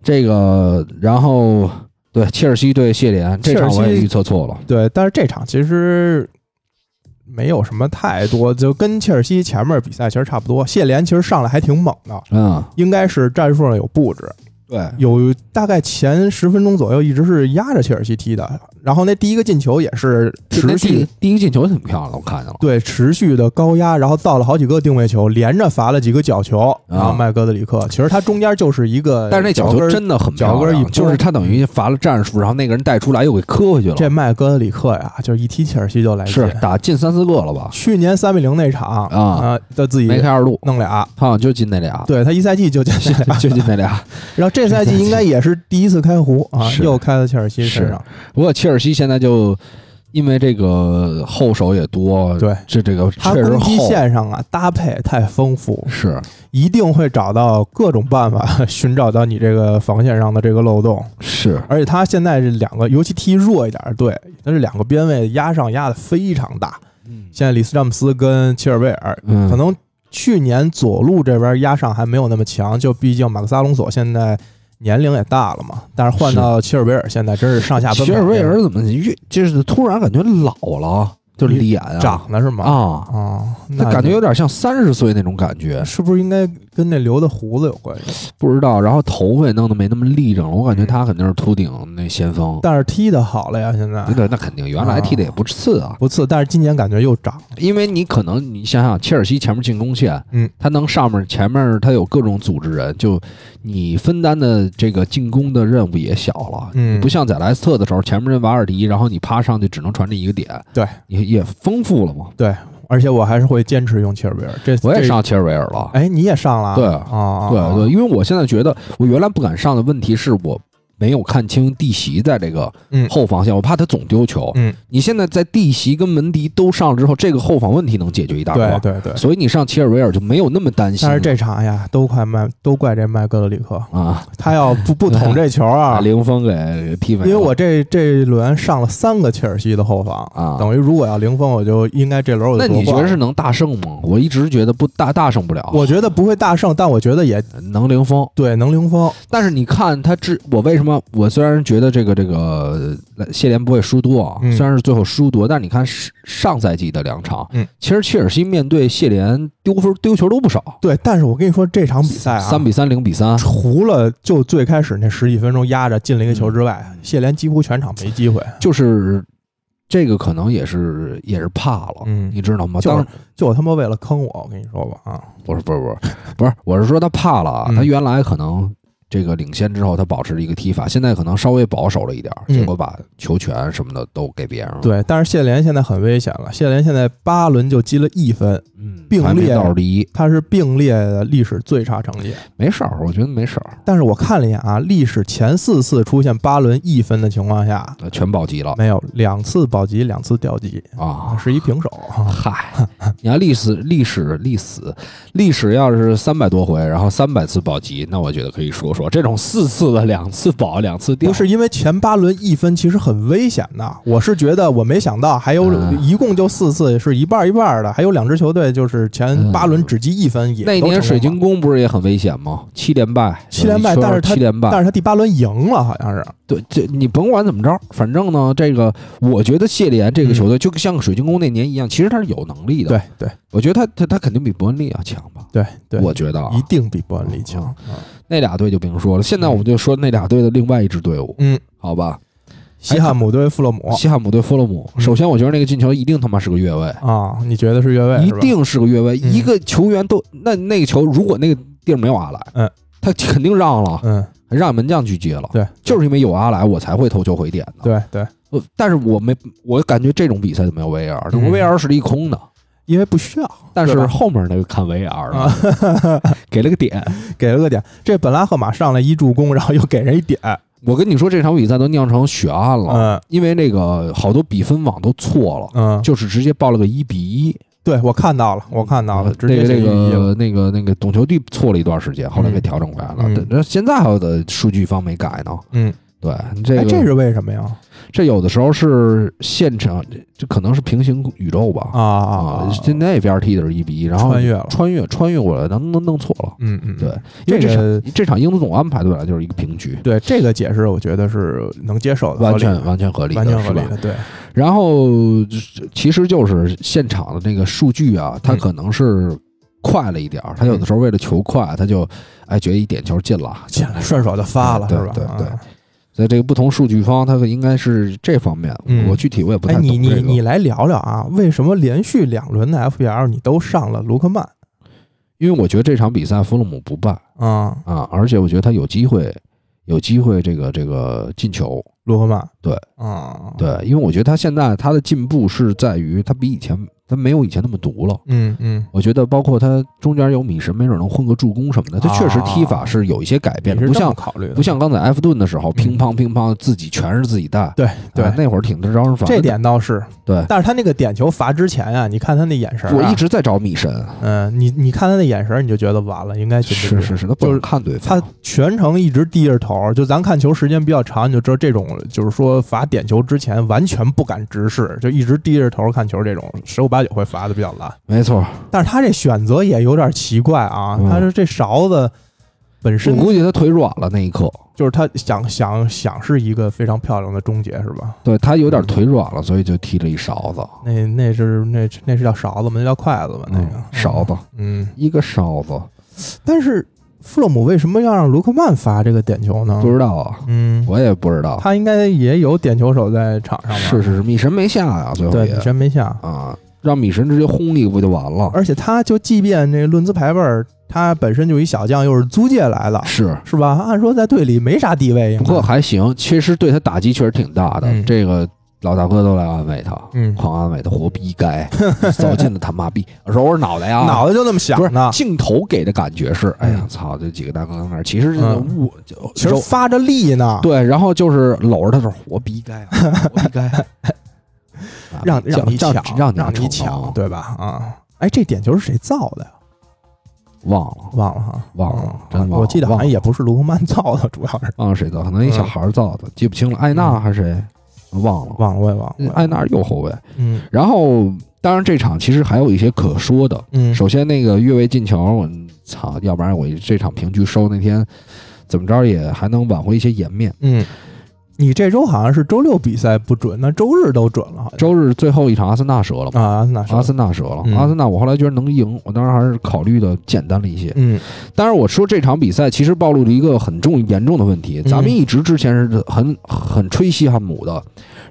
这个，然后对切尔西对谢联这场我切尔也西预测错了，对。但是这场其实没有什么太多，就跟切尔西前面比赛其实差不多。谢联其实上来还挺猛的，嗯，应该是战术上有布置，对，有大概前十分钟左右一直是压着切尔西踢的，然后那第一个进球也是持续。第一个进球挺漂亮的，我看见了，对，持续的高压，然后造了好几个定位球，连着罚了几个角球，然后麦戈德里克。其实他中间就是一个，啊但是那角球根儿真的很脚漂跟儿一亮，拨嗯就是他等于罚了战术，然后那个人带出来又给磕回去这了，麦戈德里克呀，就是一踢切尔西就来劲是打进三四个了吧？去年三比零那场啊呃他自己梅开二度，弄俩，他好像就进那俩，对他一赛季就进去俩 ，就进那俩。然后这赛季应该也是第一次开胡啊，是又开到切尔西身上，不过切尔西现在就因为这个后手也多，对这这个他确实攻击后线上啊搭配太丰富，是一定会找到各种办法 寻找到你这个防线上的这个漏洞，是而且他现在这两个，尤其踢弱一点的队，他这两个边位压上压的非常大，现在里斯詹姆斯跟切尔维尔嗯可能去年左路这边压上还没有那么强，就毕竟马克萨隆索现在年龄也大了嘛。但是换到切尔维尔，现在真是上下奔跑。切尔维尔啊怎么越就是突然感觉老了，就脸啊长的是吗？啊，啊，那他感觉有点像三十岁那种感觉，是不是应该跟那留的胡子有关系？不知道。然后头发也弄得没那么立正了，我感觉他肯定是秃顶那先锋。但是踢的好了呀，现在对对，那肯定，原来踢的也不次啊。不次，但是今年感觉又长了。因为你可能你想想，切尔西前面进攻线，嗯，他能上面前面他有各种组织人，就你分担的这个进攻的任务也小了，嗯你不像在莱斯特的时候，前面这瓦尔迪，然后你趴上去只能传这一个点，对，也也丰富了嘛。而且我还是会坚持用切尔维尔。这我也这上切尔维尔了，哎，你也上了啊？对啊，对对，对，因为我现在觉得我原来不敢上的问题是我没有看清地席在这个嗯后防线，我怕他总丢球。嗯，你现在在地席跟门迪都上了之后，这个后防问题能解决一大块对儿，对对。所以你上切尔维尔就没有那么担心但了。是这场哎呀，都快麦都怪这麦格德里克，啊，他要不不捅这球把啊， 零封给踢没因为我这这一轮上了三个切尔西的后防，啊，等于如果要零封，我就应该这轮我就那夺你觉冠得了是？能大胜吗？我一直觉得不大大胜不了，我觉得不会大胜，但我觉得也能零封。对能零封，但是你看他之，我为什么我虽然觉得这个这个呃谢联不会输多啊，嗯虽然是最后输多，但是你看上上赛季的两场，嗯其实切尔西面对谢联丢分丢球都不少，对。但是我跟你说，这场比赛啊，三比三零比三， 除了就最开始那十几分钟压着进了一个球之嗯外，谢联几乎全场没机会。就是这个可能也是也是怕了，嗯你知道吗？就当是就他妈为了坑我，我跟你说吧啊，不是不是不是不是，我是说他怕了啊，嗯他原来可能。这个领先之后，他保持了一个踢法，现在可能稍微保守了一点儿，嗯结果把球权什么的都给别人了。，对。但是谢联现在很危险了，谢联现在八轮就积了一分，嗯，并排名列倒数第一，他是并列的历史最差成绩。没事儿，我觉得没事儿。但是我看了一眼啊，历史前四次出现八轮一分的情况下，呃全保级了没有两次保级，两次掉级，啊！是一平手。嗨，你看历史 历史历史历史要是三百多回，然后三百次保级，那我觉得可以说说这种四次的两次保两次掉，不是因为前八轮一分其实很危险的，我是觉得我没想到还有嗯一共就四次是一半一半的，还有两支球队就是前八轮只积一分也嗯那都年成功水晶了宫不是也很危险吗？七连败，七连败有一圈但是他七连败，但是他第八轮赢了，好像是对，这你甭管怎么着，反正呢，这个我觉得谢联这个球队就像水晶宫那年一样，其实他是有能力的。嗯对，对我觉得他他他肯定比伯恩利要强吧。对对，我觉得啊一定比伯恩利强。啊那俩队就甭说了，现在我们就说那俩队的另外一支队伍，嗯，好吧？西汉姆对富勒姆西汉姆对弗洛姆，嗯首先我觉得那个进球一定他妈是个越位，啊，你觉得是越位一是吧？定是个越位。嗯一个球员都那那个球，如果那个地儿没有阿莱，嗯，他肯定让了，嗯，让门将去接了。对，就是因为有阿莱，我才会头球回点的。对对，呃，但是我没，我感觉这种比赛就没有 VAR，那嗯 VAR 是利空的。因为不需要但对是吧后面那个看 VAR 啊 了，，给了个点。给了个点。这本拉赫马上来一助攻，然后又给人一点，我跟你说，这场比赛都酿成血案了，嗯因为那个好多比分网都错了，嗯，就是直接报了个一比一。对我看到了，我看到了，啊直那接嗯个那就一比一了个那个那个懂球帝错了一段时间，后来嗯给调整回来了。嗯对，那现在还有的数据方没改呢。嗯，对，这哎，个这是为什么呀？这有的时候是现场，这这可能是平行宇宙吧。啊啊，就那边踢的是一比一，然后穿越了穿越穿越过来，能能弄错了。嗯嗯，对嗯，因为这这场个这场英足总安排的本来就是一个平局，对这个解释，我觉得是能接受的，完合全理完全合理的的，完全合是理吧的，对，然后就是其实就是现场的那个数据啊，它嗯可能是快了一点儿，他有的时候为了求快，他就哎觉得一点球进了，进来顺手就发了，对是吧？对对啊所以这个不同数据方，它应该是这方面，嗯我具体我也不太哎，懂你这你个你来聊聊啊，为什么连续两轮的 FPL 你都上了卢克曼因为我觉得这场比赛弗洛姆不败啊？啊，而且我觉得他有机会，有机会这个这个进球，卢克曼，对，啊，，对，因为我觉得他现在他的进步是在于他比以前他没有以前那么毒了。嗯嗯，我觉得，包括他中间有米神，没准能混个助攻什么的。他确实踢法是有一些改变你的，是不啊这么像考虑的，不像刚才埃弗顿的时候，乒乓乒乓，自己全是自己带。对嗯对啊，那会儿挺招人烦。这，点倒是，对但是他那个点球罚之前啊，你看他那眼神、啊，我一直在找米神。嗯，你你看他那眼神儿，你就觉得完了，应该进是是是，他不就能是看对他方。全程一直低着头，就咱看球时间比较长，你就知道这种就是说罚点球之前完全不敢直视，就一直低着头看球，这种十有八九会罚的比较烂。没错，但是他这选择也有点奇怪啊，嗯他说这勺子本我身估计他腿软了那一刻，就是他想想想是一个非常漂亮的终结，是吧？对他有点嗯腿软了，所以就踢了一勺子。那那是那那是叫勺子吗？那叫筷子吧？那嗯个、，勺子，嗯，一个勺子，但是弗洛姆为什么要让卢克曼罚这个点球呢？不知道啊，嗯，我也不知道。他应该也有点球手在场上吧？是，是是，米神没下呀，最后对，也你真没下。啊，让米神直接轰一个不就完了？而且他就即便这论资排辈儿，他本身就一小将，又是租借来的，是，是吧？按说在队里没啥地位，应不该过还行，其实对他打击确实挺大的。嗯这个老大哥都来安慰他，嗯，狂安慰他，活逼该， 早进的他妈逼，揉揉脑袋呀， 脑袋就啊那么想不是呢。镜头给的感觉是，哎呀，操，这几个大哥在那儿，其实这嗯我就其实揉发着力呢，对，然后就是搂着他说活逼该啊，活逼该啊，啊 让叫让你叫抢，让让你你逞抢，能，对吧？啊，哎，这点球是谁造的呀？忘了忘了哈，忘了真忘了嗯我记得好忘像了也不是卢克曼造的，主要是忘了啊谁造，可能一小孩儿造的，记不清了，艾娜还是谁，嗯忘了。嗯忘了，我也忘了我也忘了。艾娜是右后卫，嗯然后当然这场其实还有一些可说的，嗯，首先，那个越位进球，我操，要不然我这场平局收那天，怎么着也还能挽回一些颜面。嗯，你这周好像是周六比赛不准，那周日都准了，好像周日最后一场阿森纳折了嘛？啊，那是阿森纳折了，嗯阿森纳我后来觉得能赢，我当时还是考虑的简单了一些。嗯当然，我说这场比赛其实暴露了一个很重严重的问题，嗯咱们一直之前是很很吹西汉姆的，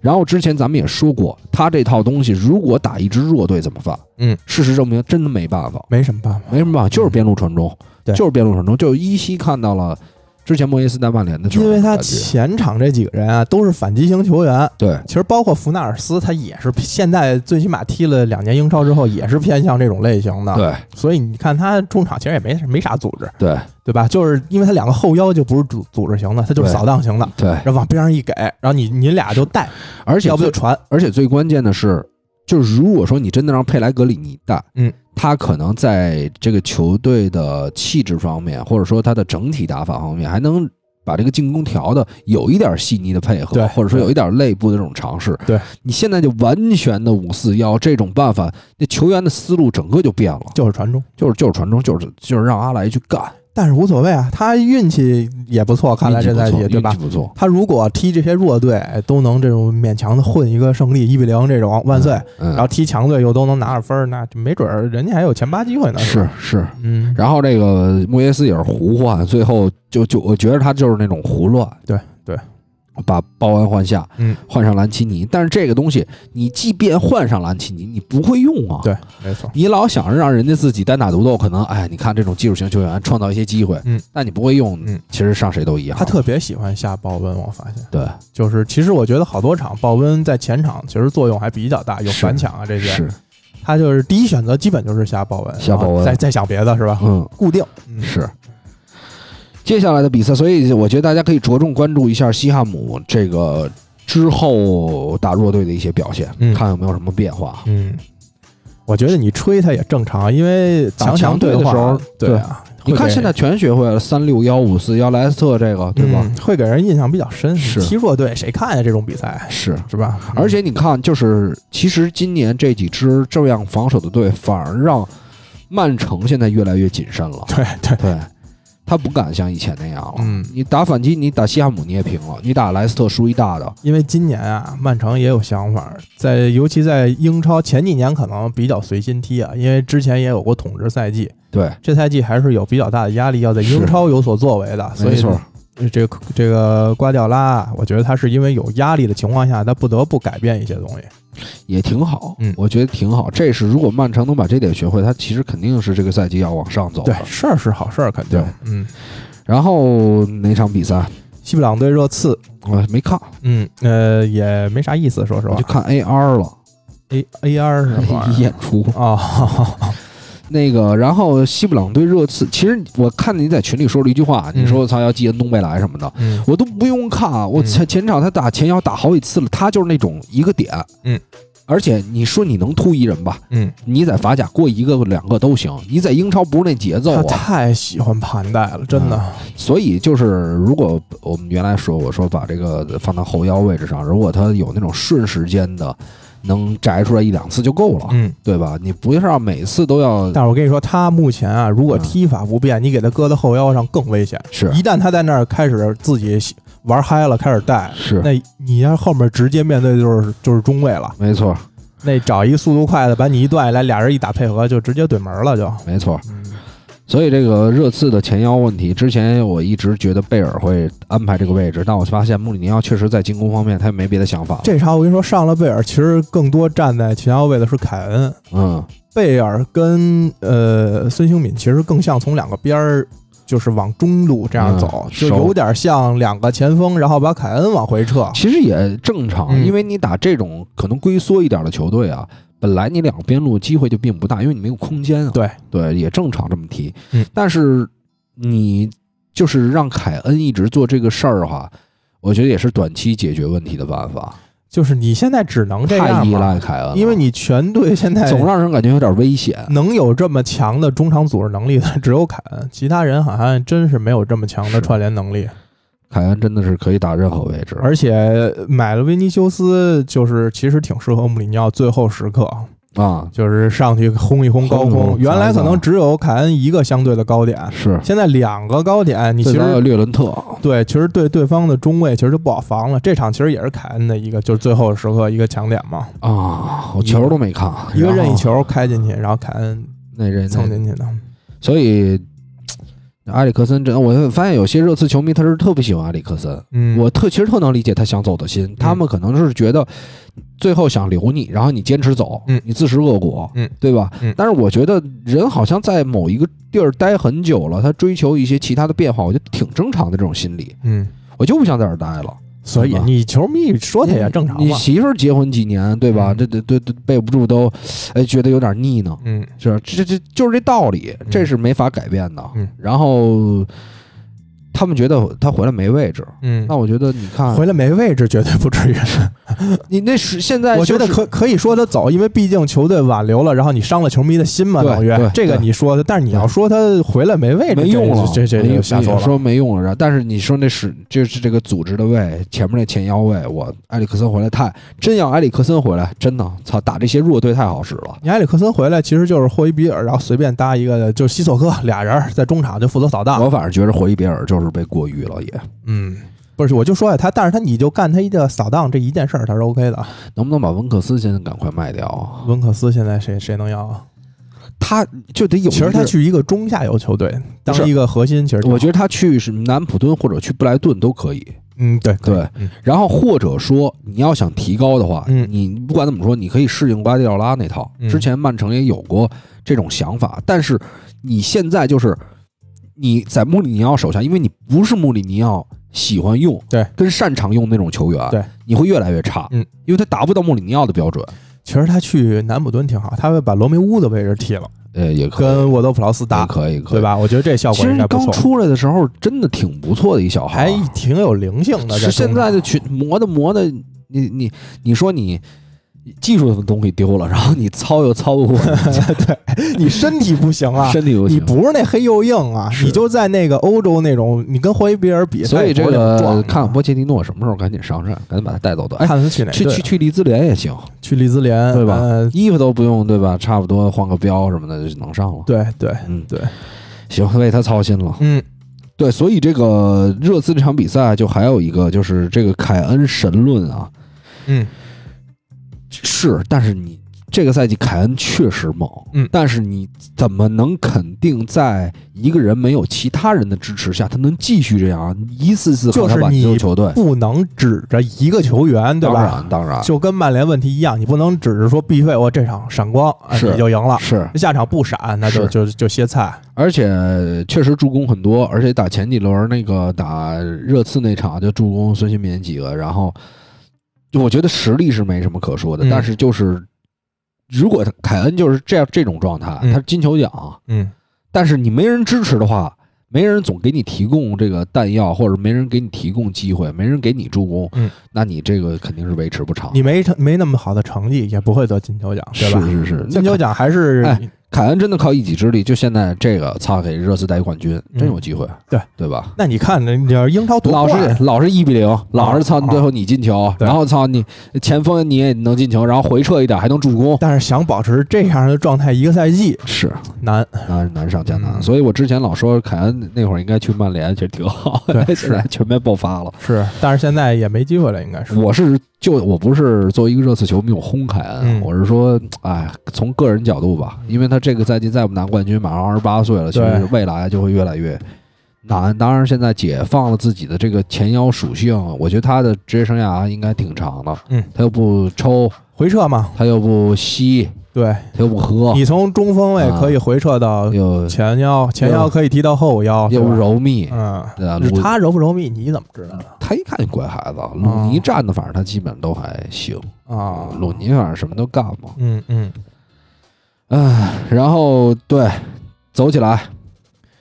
然后之前咱们也说过，他这套东西如果打一支弱队怎么办？嗯，事实证明真的没办法。没什么办法，没什么办法，就是边路传中，对就是边路传中，就依稀看到了之前莫耶斯在曼联的这种因为他感觉前场这几个人啊都是反击型球员，对其实包括弗纳尔斯，他也是现在最起码踢了两年英超之后，也是偏向这种类型的，对所以你看他中场其实也没没啥组织，对对吧？就是因为他两个后腰就不是组组织型的，他就是对扫荡型的。对，然后往边上一给，然后你你俩就带，而且要不就最传，而且最关键的是，就是如果说你真的让佩莱格里尼带，嗯，他可能在这个球队的气质方面，或者说他的整体打法方面，还能。把这个进攻调的有一点细腻的配合对，或者说对有一点内部的这种尝试。对你现在就完全的五四幺这种办法，那球员的思路整个就变了，就是传中。就是就是传中，就是就是让阿莱去干。但是无所谓啊，他运气也不错，看来这赛季运气不错对吧运？气不错，他如果踢这些弱队都能这种勉强的混一个胜利一比零这种万岁，嗯，然后踢强队又都能拿着分儿，那就没准儿人家还有前八机会呢。是吧，是。嗯，然后这个莫耶斯也是胡换，最后就就我觉得他就是那种胡乱，对对，把鲍恩换下，嗯，换上兰奇尼。但是这个东西，你即便换上兰奇尼，你不会用啊。对，没错，你老想着让人家自己单打独斗，可能哎，你看这种技术型球员创造一些机会，嗯，但你不会用，嗯，其实上谁都一样。他特别喜欢下鲍温，我发现对，就是其实我觉得好多场鲍温在前场其实作用还比较大，有是反抢啊这些，是，他就是第一选择基本就是下鲍温，下鲍温然后啊再再想别的是吧？嗯，固定，嗯是。接下来的比赛，所以我觉得大家可以着重关注一下西汉姆这个之后打弱队的一些表现，嗯看有没有什么变化。嗯，我觉得你吹他也正常，因为打强强队队的话时候对啊，你看会给现在全学会了三六幺五四幺莱斯特这个，对吧？嗯会给人印象比较深。是踢弱队谁看呀？这种比赛是，是吧？ 而且你看，就是其实今年这几支这样防守的队，反而让曼城现在越来越谨慎了。嗯对对，对，他不敢像以前那样了。嗯你打反击，你打西汉姆你也平了，你打莱斯特输一大的。因为今年啊，曼城也有想法，在尤其在英超前几年可能比较随心踢啊，因为之前也有过统治赛季，对，这赛季还是有比较大的压力，要在英是超有所作为的。所没以错，这个这个瓜迪奥拉，我觉得他是因为有压力的情况下，他不得不改变一些东西。也挺好。嗯我觉得挺好。这是如果曼城能把这点学会，他其实肯定是这个赛季要往上走对的。，事儿是好事儿，肯定对。嗯，然后哪场比赛西布朗对热刺，我没看，嗯，呃，也没啥意思，说实我话就。看 AR 了。 A 哎 A R 是什么 玩 意儿？演出哦， 那个，然后西布朗对热刺，其实我看你在群里说了一句话，嗯你说他要记恩东贝莱什么的，嗯我都不用看啊，我嗯前前场他打前腰打好几次了，他就是那种一个点，嗯，而且你说你能突一人吧，嗯，你在法甲过一个两个都行，你在英超不是那节奏他啊，太喜欢盘带了，真的。所以就是如果我们原来说我说把这个放到后腰位置上，如果他有那种瞬时间的，能摘出来一两次就够了，嗯，对吧？你不要每次都要但是我跟你说，他目前啊，如果嗯踢法不变，你给他搁到后腰上更危险。是一旦他在那儿开始自己喜玩嗨了，开始带，是那你要后面直接面对就是就是中卫了。没错 那找一个速度快的把你一断下来，俩人一打配合就直接怼门了，就。没错，嗯所以这个热刺的前腰问题，之前我一直觉得贝尔会安排这个位置，但我发现穆里尼奥确实在进攻方面他也没别的想法了。这场我跟你说，上了贝尔，其实更多站在前腰位的是凯恩。嗯，贝尔跟呃孙兴敏其实更像从两个边儿，就是往中路这样走，嗯就收有点像两个前锋，然后把凯恩往回撤。其实也正常，嗯因为你打这种可能龟缩一点的球队啊，本来你两个边路机会就并不大，因为你没有空间啊。对对，也正常这么踢。嗯但是你就是让凯恩一直做这个事儿的话，我觉得也是短期解决问题的办法，就是你现在只能这太样依嘛赖，凯恩了，因为你全队现在总让人感觉有点危险。能有这么强的中场组织能力的只有凯恩，其他人好像真是没有这么强的是串联能力。凯恩真的是可以打任何位置，而且买了维尼修斯，就是其实挺适合穆里尼奥最后时刻，啊，就是上去轰一轰高轰一空。轰原来可砸一能砸只有凯恩一个相对的高点，是。现在两个高点，你最其早有实略伦特，对，其实对对方的中卫其实就不好防了。这场其实也是凯恩的一个，就是最后时刻一个强点嘛，啊，我一个球都没看，一个任意然后球开进去，然后凯恩那人蹭进去的。所以嘖埃里克森真，我发现有些热刺球迷他是特别喜欢埃里克森，嗯，我特其实特能理解他想走的心，他们可能是觉得最后想留你，然后你坚持走，嗯你自食恶果，嗯，对吧？嗯但是我觉得人好像在某一个地儿待很久了，他追求一些其他的变化，我觉得挺正常的这种心理，嗯，我就不想在这儿待了。所以对吧你球迷说他也正常你你嘛。媳妇儿结婚几年，对吧？嗯这这这这备不住都，哎，觉得有点腻呢，嗯，是吧这这就是这道理，嗯这是没法改变的。嗯然后他们觉得他回来没位置，嗯那，我觉得你看回来没位置绝对不至于。你那是现在我就觉是、得可可以说他走，因为毕竟球队挽留了，然后你伤了球迷的心嘛，对等于对这个对你说的。但是你要说他回来没位置，没用了，这这这没就用瞎说没了。说没用了。然后但是你说那是就是这个组织的位，前面那前腰位，我埃里克森回来太真要埃里克森回来，真的操打这些弱队太好使了。你埃里克森回来其实就是霍伊比尔，然后随便搭一个，就西索科俩人在中场就负责扫荡我。反正觉得霍伊比尔就是被过誉了也，嗯，不是，我就说呀，他，但是他你就干他一个扫荡这一件事儿，他是 OK 的啊。能不能把温克斯先赶快卖掉啊？温克斯现在谁谁能要啊？他就得有一其个。实他去一个中下游球队当不是一个核心，其实挺好我觉得他去是南普敦或者去布莱顿都可以，嗯，对对可以嗯然后或者说你要想提高的话，嗯你不管怎么说，你可以适应瓜迪奥拉那套。嗯之前曼城也有过这种想法，但是你现在就是你在穆里尼奥手下，因为你不是穆里尼奥喜欢用对跟擅长用那种球员，对，你会越来越差，嗯，因为他达不到穆里尼奥的标准，其实他去南普敦挺好，他会把罗梅乌的位置踢了，呃，也可以跟沃德普劳斯也搭，可以，可以对？吧？我觉得这效其果实应该不刚错，出来的时候真的挺不错的一小孩还儿，啊挺有灵性的。是现哎在的的群磨的磨的，你你你说你技术的东西丢了，然后你操又操不 过，你 身体不行啊，身体又你行。不是那黑又硬啊，是你就在那个欧洲那种，你跟霍伊比尔比，所以这他也不是那种壮啊个的看波切蒂诺什么时候赶紧上阵，赶紧把他带走的。哎，看他去哪去队去去利兹联也行，去利兹联，对吧呃衣服都不用对吧？差不多换个标什么的就能上了。对对嗯，对，行，为他操心了。嗯，对，所以这个热刺这场比赛就还有一个就是这个凯恩神论啊，嗯，是，但是你这个赛季凯恩确实猛，嗯但是你怎么能肯定在一个人没有其他人的支持下，他能继续这样啊一次次靠就他是挽你救球队？不能指着一个球员，对当吧然，？当然就跟曼联问题一样，你不能只是说必费我哦这场闪光啊是你就赢了，是，下场不闪那就是就就歇菜。而且确实助攻很多，而且打前几轮那个打热刺那场就助攻孙兴民几个，然后我觉得实力是没什么可说的，嗯但是就是如果他凯恩就是这样这种状态，嗯他金球奖。嗯，但是你没人支持的话，没人总给你提供这个弹药，或者没人给你提供机会，没人给你助攻，嗯那你这个肯定是维持不长。你没成没那么好的成绩，也不会得金球奖，对吧？是是是，金球奖还是哎凯恩真的靠一己之力，就现在这个操给热刺带冠军，真有机会，嗯对对吧？那你看，你要是英超夺老冠，是老是一比零，老是操啊最后你进球，对然后操你前锋你也能进球，然后回撤一点还能助攻，但是想保持这样的状态一个赛季是难。难难上加难。嗯所以我之前老说凯恩那会儿应该去曼联，其实挺好，对现在全面爆发了。是，但是现在也没机会了，应该是。我是就我不是作为一个热刺球迷，我轰凯恩，嗯我是说，哎，从个人角度吧，因为他这个赛季再不拿冠军，马上二十八岁了，其实对未来就会越来越难。当然，现在解放了自己的这个前腰属性，我觉得他的职业生涯应该挺长的。嗯，他又不抽，回撤嘛，他又不吸，对他又不喝，你从中锋啊位可以回撤到又前腰，前腰可以踢到后腰，又不是吧柔密，嗯。对吧？就是啊鲁他嗯柔不柔密，你怎么知道的他一看就乖孩子，鲁尼站的，反正他基本都还行。啊？鲁尼反正什么都干嘛。嗯嗯，唉，然后对，走起来，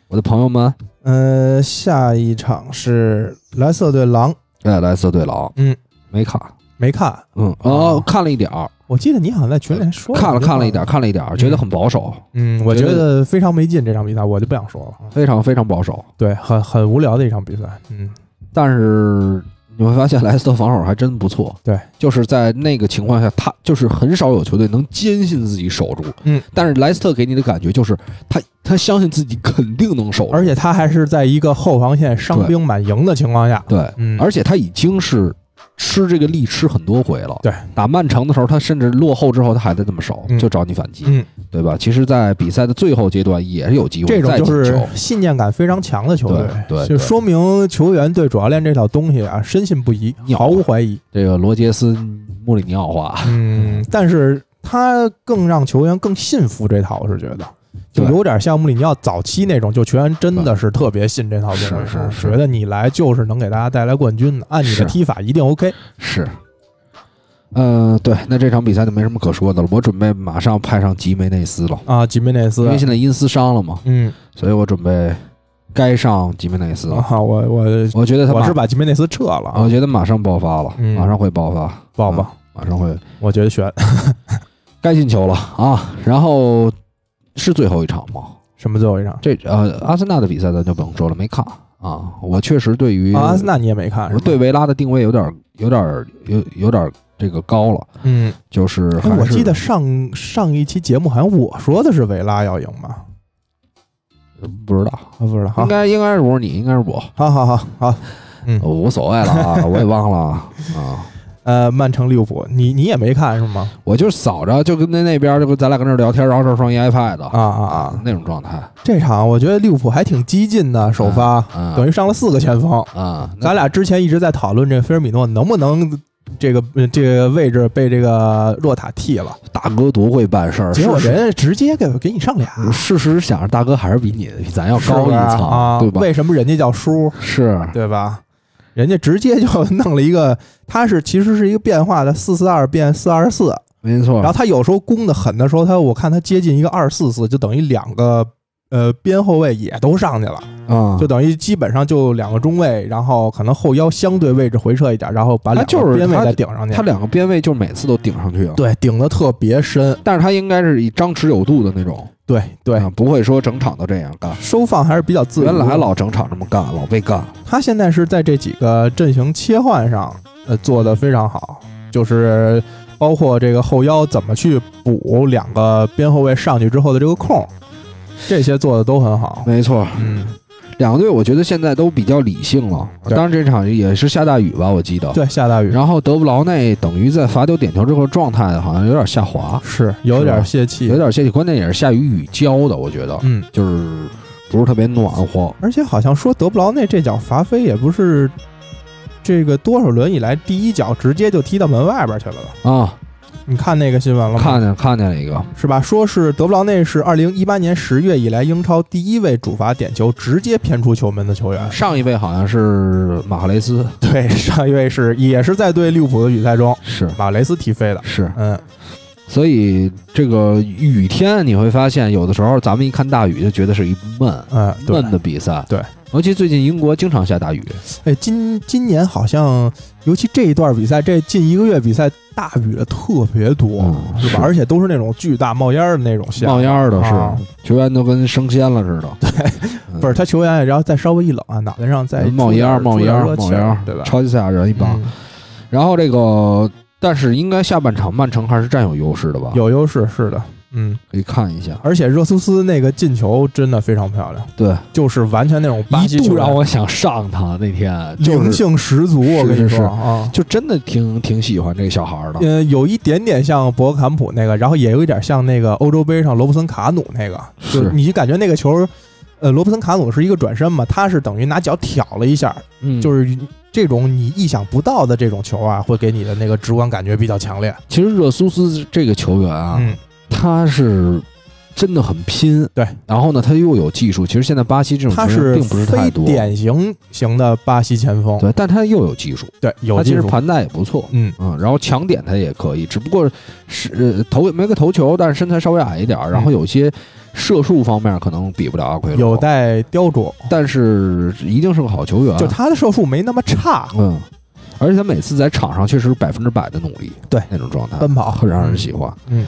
我的朋友们，呃，下一场是莱斯特对狼，哎，莱斯特对狼，嗯，没看，没看，嗯，哦哦，看了一点儿，我记得你好像在群里还说看了看了一点点儿，，看了一点儿，嗯觉得很保守，嗯，我觉觉得得非常没劲这场比赛，我就不想说了。非常非常保守。对，很很无聊的一场比赛。嗯，但是你会发现，莱斯特防守还真不错，对， 就是在那个情况下，他就是很少有球队能坚信自己守住，嗯，但是莱斯特给你的感觉就是他他相信自己肯定能守住，而且他还是在一个后防线伤兵满营的情况下，对，嗯，而且他已经是吃这个力吃很多回了。对，打曼城的时候，他甚至落后之后，他还在这么守，嗯就找你反击，嗯，对吧？其实，在比赛的最后阶段也是有机这会种再就进球。是信念感非常强的球队，对对就对说明球员对主教练这套东西啊深信不疑，鸟毫无怀疑。这个罗杰斯、穆里尼奥化， 嗯，但是他更让球员更信服这套，我是觉得。就对有点像穆里尼奥早期那种，就球员真的是特别信这套东西，是是啊是觉得你来就是能给大家带来冠军的，按你是的踢法一定 OK。是。嗯、对，那这场比赛就没什么可说的了。我准备马上派上吉梅内斯了，啊，吉梅内因斯为，现在因斯伤了嘛，嗯，所以我准备该上吉梅内斯了。啊，我我我觉得他我马是把吉梅内斯撤了啊我，觉得马上爆发了，嗯马上会爆发，报吧，嗯马上会我觉得悬。该进球了啊！然后是最后一场吗？什么最后一场？这呃，阿森纳的比赛咱就不用说了，没看啊。我确实对于、啊，阿森纳你也没看是我吧？对维拉的定位有点儿有点儿有有点儿这个高了，嗯，就是哎还是、我记得上上一期节目好像我说的是维拉要赢吧？不知道，啊，不知道，应好，该应该是不是你，应该是我，好好好好， 呃无所谓了啊，我也忘了啊。呃，曼城利物浦，你你也没看是吗？我就扫着，就跟那那边就跟咱俩跟那儿聊天，然后这儿双一 iPad 啊啊啊！那种状态，这场我觉得利物浦还挺激进的，首发、啊等于上了四个前锋。啊，那咱俩之前一直在讨论这个菲尔米诺能不能这个呃这个位置被这个若塔替了，大哥多会办事儿，结果事实人家直接给给你上俩，事实想着大哥还是比你比咱要啊是高不一是层，啊？对吧？为什么人家叫叔，是，对吧？人家直接就 弄了一个，他是其实是一个变化的四四二变四二四，没错然。后他有时候攻的狠的时候，他我看他接近一个二四四，就等于两个呃边后卫也都上去了，啊，就等于基本上就两个中卫，然后可能后腰相对位置回撤一点，然后把他两就是个边他卫再顶上去。他两个边位就是每次都顶上去，对顶的特别深，但是他应该是以张弛有度的那种，对对，啊，不会说整场都这样干。收放还是比较自原如来的。老整场这么干，老被干。他现在是在这几个阵型切换上，呃，做的非常好，就是包括这个后腰怎么去补两个边后卫上去之后的这个空，这些做的都很好。没错，嗯，两个队我觉得现在都比较理性了。对当然这场也是下大雨吧，我记得。对，下大雨然后德布劳内等于在罚丢点球之后状态好像有点下滑，是有点泄气，有点泄气，关键也是下雨雨浇的，我觉得嗯。就是不是特别暖和。而且好像说德布劳内这脚罚飞也不是这个多少轮以来第一脚直接就踢到门外边去了吧？啊，你看那个新闻了吗？看见看见了一个，是吧？说是德布劳内是二零一八年十月以来英超第一位主罚点球直接偏出球门的球员。 上一位好像是马赫雷斯，对，上一位是也是在对利物浦的比赛中，是马雷斯踢飞的。是，嗯，所以这个雨天你会发现，有的时候咱们一看大雨就觉得是一闷嗯，对闷。的比赛，对，尤其最近英国经常下大雨，哎，今今年好像，尤其这一段比赛，这近一个月比赛大雨的特别多，嗯是吧？是而且都是那种巨大冒烟儿的那种下，冒烟儿的啊是，球员都跟升仙了似的，不是他球员，然后再稍微一冷啊，脑袋上再冒烟儿出点冒烟出儿点热冒气烟儿儿，对吧？超级赛亚人一帮。嗯然后这个，但是应该下半场曼城还是占有优势的吧？有优势是的，嗯，可以看一下，而且热苏斯那个进球真的非常漂亮，对，就是完全那种巴西一球度员让我想上他那天，就灵是性十足，我跟是你是说啊。就真的挺挺喜欢这个小孩儿的。嗯，有一点点像博格坎普那个，然后也有一点像那个欧洲杯上罗伯森卡努那个，就是你感觉那个球，呃，罗伯森卡努是一个转身嘛，他是等于拿脚挑了一下，嗯，就是是这种你意想不到的这种球啊，会给你的那个直观感觉比较强烈。其实热苏斯这个球员啊，嗯，他是真的很拼，对。然后呢，他又有技术。其实现在巴西这种他球员是并不是太非多，典型型的巴西前锋，对，但他又有技术，对，有他其技实术，盘带也不错。嗯，嗯，然后抢点他也可以，只不过是、呃、头没个头球，但是身材稍微矮一点儿，然后有些射术方面可能比不了阿奎罗，嗯有待雕琢。但是一定是个好球员。就他的射术没那么差，嗯，而且他每次在场上确实百分之百的努力，对嗯那种状态奔跑很让人喜欢。嗯，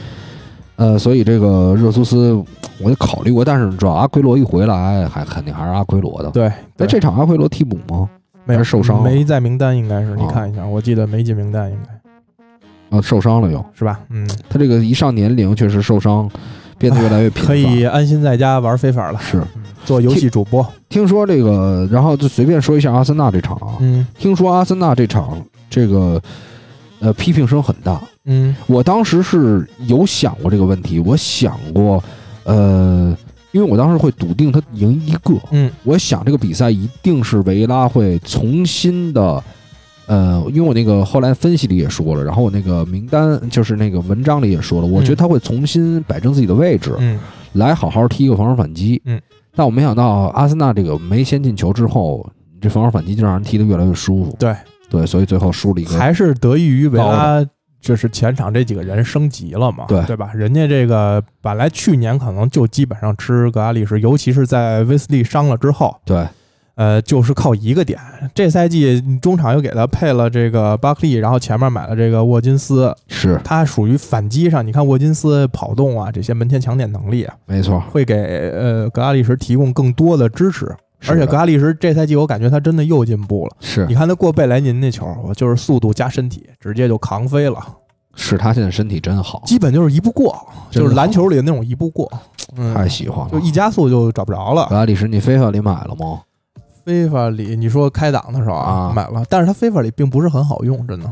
呃，所以这个热苏斯我也考虑过，但是主要阿奎罗一回来，还肯定还是阿奎罗的。对，那对这场阿奎罗替补吗？没还有是受伤了没在名单，应该是你哦看一下，我记得没进名单，应该啊，受伤了又，是吧？嗯，他这个一上年龄确实受伤，变得越来越频繁。可以安心在家玩非法了，是做游戏主播。听说这个，然后就随便说一下阿森纳这场啊，嗯听说阿森纳这场这个呃批评声很大，嗯我当时是有想过这个问题，我想过，呃，因为我当时会笃定他赢一个，嗯我想这个比赛一定是维拉会重新的，呃，因为我那个后来分析里也说了，然后我那个名单就是那个文章里也说了，我觉得他会重新摆正自己的位置，嗯，来好好踢一个防守反击。嗯，但我没想到阿森纳这个没先进球之后，这防守反击就让人踢得越来越舒服。对对，所以最后输了一个还是得益于维拉。就是前场这几个人升级了嘛，对对吧？人家这个本来去年可能就基本上吃格拉利什，尤其是在威斯利伤了之后，对呃，就是靠一个点。这赛季中场又给他配了这个巴克利，然后前面买了这个沃金斯，是他属于反击上，你看沃金斯跑动啊，这些门前抢点能力啊，没错，会给呃格拉利什提供更多的支持。是而且的格拉利什这赛季我感觉他真的又进步了。是你看他过贝莱宁那球，我就是速度加身体，直接就扛飞了，是他现在身体真好，基本就是一步过，真哎就是好篮球里的那种一步过，嗯，太喜欢了就。一加速就找不着了格。拉利什，你非法里买了吗？非法里，你说开档的时候啊啊，买了，但是它非法里并不是很好用，真的。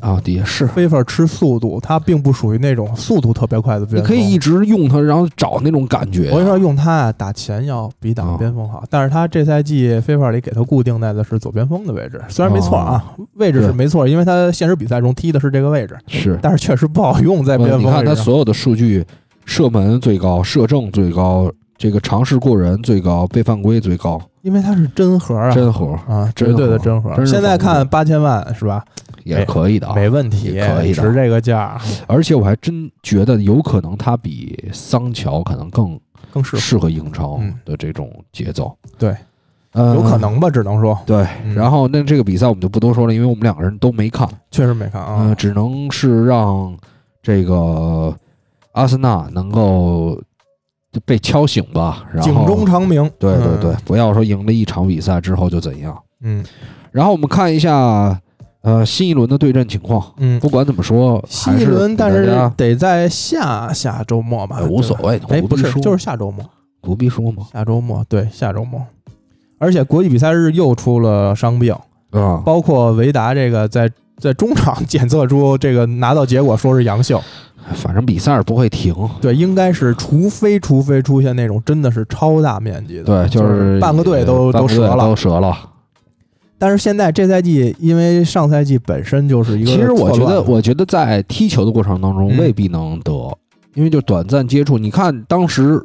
啊，也是。菲法吃速度，它并不属于那种速度特别快的边你锋。可以一直用它，然后找那种感觉我。跟你说，用他啊打前要比打边锋啊好，但是他这赛季非法里给他固定在的是左边锋的位置，虽然没错啊，位置是没错，因为他现实比赛中踢的是这个位置，是，但是确实不好用在边呃锋你位看他置上。所有的数据，射门最高，射正最高，这个尝试过人最高，被犯规最高，因为他是真核啊，真核啊，真绝对的核真核。真是现在防不看住八千万是吧？也是可以的啊。没问题，也可以的值这个价，而且我还真觉得有可能他比桑乔可能更更适合，适合英超嗯的这种节奏。对，呃，有可。能吧？只能说对，嗯然后那这个比赛我们就不多说了，因为我们两个人都没看，确实没看嗯、啊。只能是让这个阿森纳能够被敲醒吧，然后警钟长鸣，对对嗯对，，不要说赢了一场比赛之后就怎样。嗯然后我们看一下，呃，新一轮的对阵情况。嗯，不管怎么说，新一轮，但还是是给大家得在下下周末吧，哎无所谓，对吧。哎，不不必是，说就是下周末，不必说嘛。下周末，对，下周末。而且国际比赛日又出了伤病，啊，包括维达这个在在中场 检测出这个拿到结果说是阳性，反正比赛是不会停，对，应该是除非除非出现那种真的是超大面积的，对，呃就是半个队都半都个队折了都。折了。但是现在这赛季，因为上赛季本身就是一个其实我错觉乱得，我觉得在踢球的过程当中嗯未必能得，因为就短暂接触。你看当时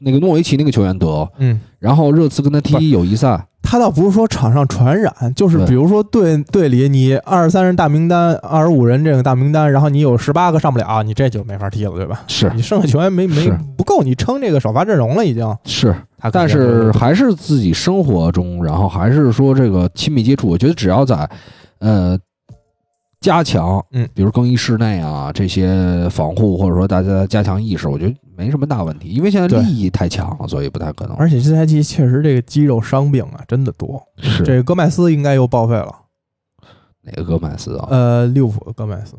那个诺维奇那个球员得，嗯，然后热刺跟他不踢友谊赛，他倒不是说场上传染，就是对比如说队队里你二十三人大名单，二十五人这个大名单，然后你有十八个上不了，你这就没法踢了，对吧？是你剩下球员没没是不够你撑这个首发阵容了，已经。是他可但能是还是自己生活中，然后还是说这个亲密接触，我觉得只要在呃加强，嗯，比如更衣室内啊这些防护，或者说大家加强意识，我觉得没什么大问题，因为现在对利益太强了，所以不太可能。而且这赛季确实这个肌肉伤病啊真的多，是这个戈麦斯应该又报废了，哪个戈麦斯啊？呃，利物浦的戈麦斯，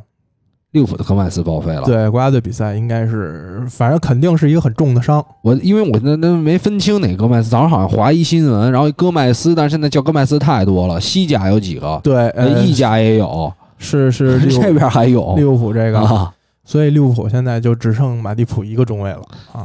利物浦的戈麦斯报废了。，对国家队比赛应该是，反正肯定是一个很重的伤，我因为我那那没分清哪个戈麦斯，早上好像华谊新闻，然后戈麦斯，但是现在叫戈麦斯太多了，西甲有几个，对，呃呃，意甲也有，是是利 物这边还利有物浦这个，啊，所以利物浦现在就只剩马蒂普一个中卫了啊。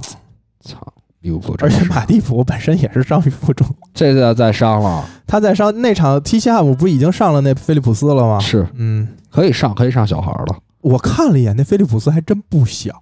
操，利物浦真而是，且马蒂普本身也是伤愈复出，这下再伤了。他在上那场踢西汉姆不是已经上了那菲利普斯了吗？是嗯，可以上，可以上小孩儿了我看了一眼，那菲利普斯还真不小，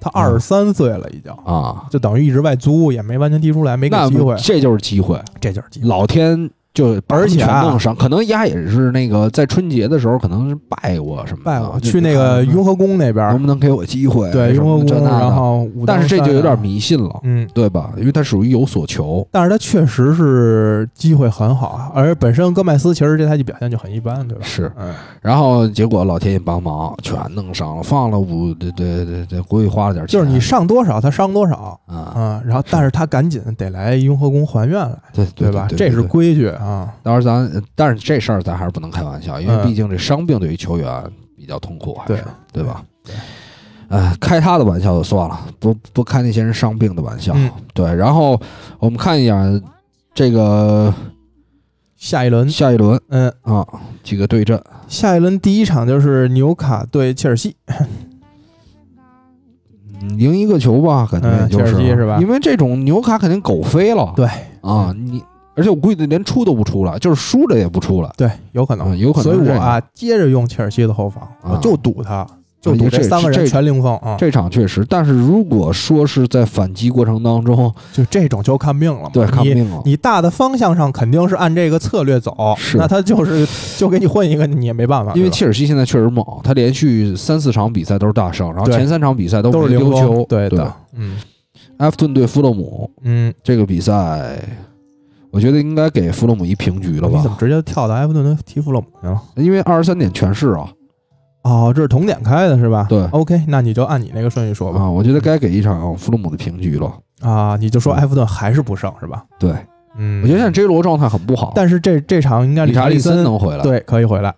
他二十三岁了已经，啊。就等于一直外租，也没完全踢出来，没给那机会，这就是机会，这就是机会。老天就把而且全啊弄上，可能丫也是那个在春节的时候，可能是拜过什么的，拜我啊就去那个看雍和宫那边能儿，不能给我机会，对什雍和么这宫，那的然后武当但是这山就有点啊，迷信了，嗯。对吧？因为他属于有所求，但是他确实是机会很好啊，而本身戈麦斯其实这赛季表现就很一般，对吧？是。嗯，然后结果老天爷帮忙，全弄上了，放了五，对对对对，估计花了点钱，就是你上多少，他伤多少，啊，啊，然后但是他赶紧得来雍和宫还愿来，对吧？对这是对规矩啊。当然咱，但是这事儿咱还是不能开玩笑，因为嗯毕竟这伤病对于球员比较痛苦，还是对嗯对吧？对呃，开他的玩笑就算了，不不开那些人伤病的玩笑。嗯对，然后我们看一眼这个下一轮，下一轮嗯，啊，几个对阵，下一轮第一场就是纽卡对切尔西，嗯赢一个球吧，感觉嗯也就切尔西是吧因为这种纽卡肯定狗飞了，对啊，你而且我估计连出都不出了，就是输着也不出了。对，有可能，嗯有可能啊所以是这我样啊，接着用切尔西的后防，我就赌他，就赌啊这这三个人这全零封啊，这场确实，但是如果说是在反击过程当中，就这种就看命了嘛。对，看你命了。你大的方向上肯定是按这个策略走，是那他就是就给你混一个，你也没办法，因为对吧切尔西现在确实猛，他连续三四场比赛都是大胜，然后对前三场比赛都都没是零丢封球，。对对的，嗯埃弗顿对富勒姆嗯，这个比赛，我觉得应该给富勒姆一平局了你怎吧么，直接跳到埃弗顿跟踢弗洛姆去了？因为二十三点全是啊哦，这是同点开的是吧？对，OK，那你就按你那个顺序说吧。啊，我觉得该给一场富勒姆的平局了。啊，你就说埃弗顿还是不胜是吧？对，嗯，我觉得现在 J 罗状态很不好，但是这这场应该理查利利森能回来，对可以回来，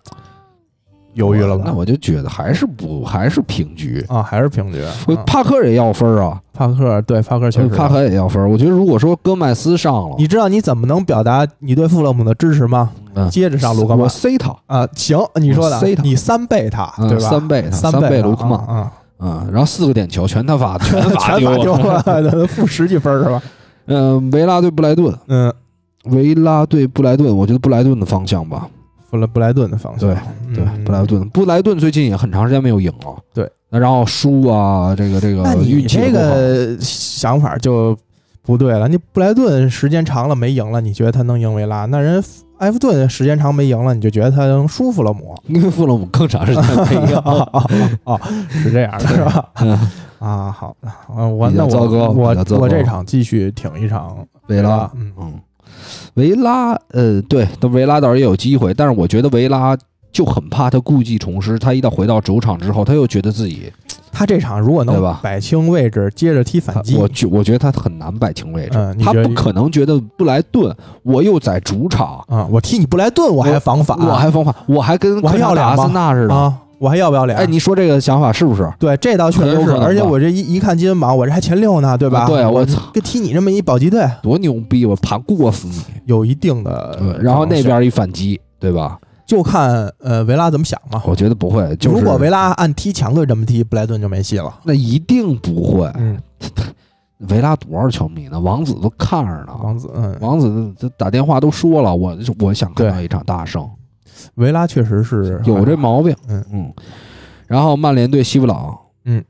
犹豫了吧？那我就觉得还是不还是平局，啊，还是平局。我啊帕克也要分啊，帕克对帕克确实啊帕克也要分儿。我觉得如果说戈麦斯上了，你知道你怎么能表达你对富勒姆的支持吗？嗯接着上卢克我曼塞他啊，行，你说的我塞，他你三倍他，嗯对吧？三倍他三三倍他卢克曼啊，啊，然后四个点球全他罚，全嗯罚全罚丢丢了。了， 负十几分儿是吧？嗯，维拉对布莱顿，嗯，维拉对布莱顿，我觉得布莱顿的方向吧。布莱布莱顿的方向，对嗯对，布莱顿，布莱顿最近也很长时间没有赢了。对，那然后输啊，这个这个那你运气也不这好个想法就不对了。你布莱顿时间长了没赢了，你觉得他能赢维拉？那人埃弗顿时间长没赢了，你就觉得他能舒服了 姆？因为富勒姆更长时间没 赢了。哦哦，是这样的，是吧？啊，好的，啊我比那较糟我糕我比较糟糕我这场继续挺一场维拉，嗯，嗯，维拉，呃，对，但维拉倒是也有机会，但是我觉得维拉就很怕他故技重施，他一旦回到主场之后，他又觉得自己，他这场如果对能吧摆清位置，接着踢反击，我觉我觉得他很难摆清位置，嗯你他觉得不可能觉得布莱顿我又在主场，啊，我踢你布莱顿，我还防反，我还方法，我还跟我还科纳达要脸阿吗森纳似的。啊，我还要不要脸？哎，你说这个想法是不是？对，这倒确很有实可是，能而且吧我这一一看积分榜，我这还前六呢，对吧？啊对啊我我操跟踢你这么一保级队，多牛逼！我怕过死你。有一定的可能对，性。呃然后那边一反击，对吧？就看呃维拉怎么想嘛。我觉得不会，就是如果维拉按踢强队这么踢，布莱顿就没戏了。那一定不会。嗯，维拉多少球迷呢？王子都看着呢。王子，嗯，王子这打电话都说了，我我想看到一场大胜，维拉确实是有这毛，毛病。嗯嗯。然后曼联对西布朗，嗯，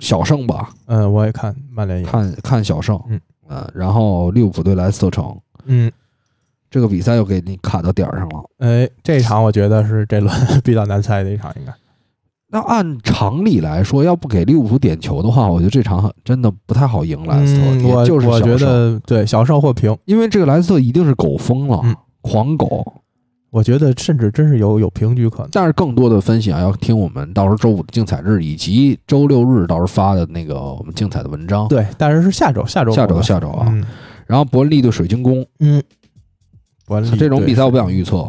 小胜吧，嗯，我也看曼联赢，看看小胜。嗯呃然后利物浦对莱斯特城，嗯，这个比赛又给你卡到点儿上了。哎，这场我觉得是这轮 比较难猜的一场，应该那按常理来说，要不给利物浦点球的话，我觉得这场很真的不太好赢莱斯特，嗯，我也就是我小觉胜，得对小胜或平，因为这个莱斯特一定是狗疯了，嗯狂狗。我觉得甚至真是有有平局可能。但是更多的分析啊，要听我们到时候周五的竞彩日以及周六日到时候发的那个我们竞彩的文章。对，但是是下周，下周下周吧下周啊，嗯然后伯恩利对水晶宫嗯，管理啊 这种比赛我不想预，预测，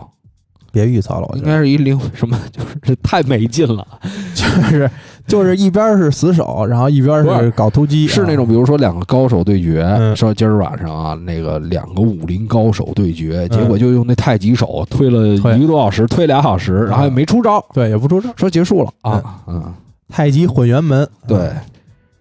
别预测了，我应觉得该是一零什么，就是太没劲了， 就是就是一边是死守，然后一边不是是搞突击，是啊那种比如说两个高手对决，嗯说今儿晚上啊，那个两个武林高手对决，结果就用那太极手推了一个多小时，推俩小时，然后也没出招，对也不出招，说结束了啊，嗯，太极混元门，对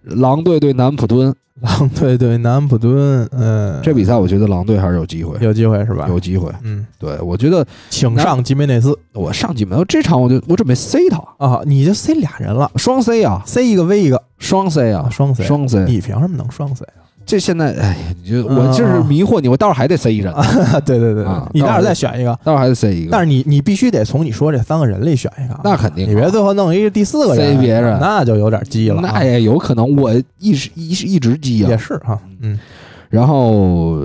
嗯，狼队对南普敦狼队对南安普敦，嗯，这比赛，我觉得狼队还是有机会，有机会是吧？有机会。嗯，对我觉得请上吉梅内斯我上几门这场，我就我准备塞他啊，你就塞俩人了双 C 啊， ，C 一个 V 一个双 C 啊啊，，双 C，双 C。你凭什么能双 C 这现在哎，你就嗯我就是迷惑你，我待会儿还得塞一人，啊？ 对对对啊对，你待会儿再选一个，待会儿还得塞一个。但是你你必须得从你说这三个人里选一个啊，那肯定啊，你别最后弄一个第四个人塞别人啊那就有点鸡了啊，那也有可能，我一直一直一直积也啊。是哈，嗯，然后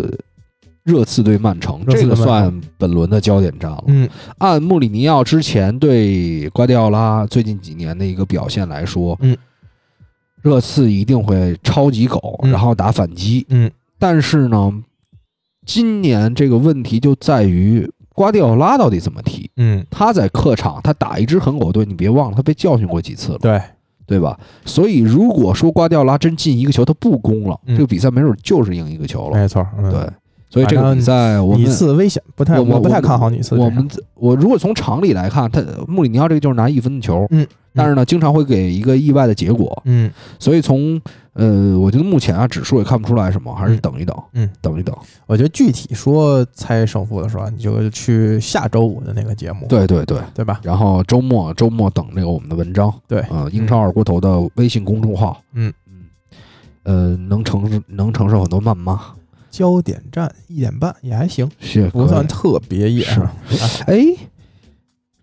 热刺对曼城，热刺这对个曼城算本轮的焦点战了。嗯按穆里尼奥之前对瓜迪奥拉最近几年的一个表现来说，嗯，热刺一定会超级狗，嗯然后打反击。嗯但是呢，今年这个问题就在于瓜迪奥拉到底怎么踢。嗯，他在客场，他打一支狠狗队，你别忘了，他被教训过几次了。对，对吧？所以如果说瓜迪奥拉真进一个球，他不攻了，嗯这个比赛没准就是赢一个球了。没错，嗯，对，所以这个比赛我女们次危险，不太我们不太看好女次这我场。们我如果从常理来看，他穆里尼奥这个就是拿一分的球，嗯，但是呢，经常会给一个意外的结果。嗯，所以从呃，我觉得目前啊指数也看不出来什么，还是等一等，嗯嗯等一等。我觉得具体说猜胜负的时候，你就去下周五的那个节目，对对对。对吧？然后周末周末等这个我们的文章，对啊、英超二锅头的微信公众号，哎嗯嗯，呃，能承能承受很多谩骂，焦点战一点半也还行，是不可算以特别野。是啊 哎，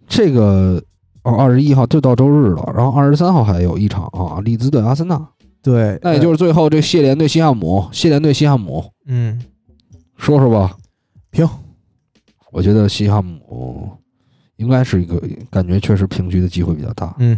这个哦，二十一号就到周日了，然后二十三号还有一场啊，利兹对阿森纳，对， 那也就是最后这谢联对西汉姆，谢联对西汉姆，嗯，说说吧，平。我觉得西汉姆应该是一个感觉确实平局的机会比较大，嗯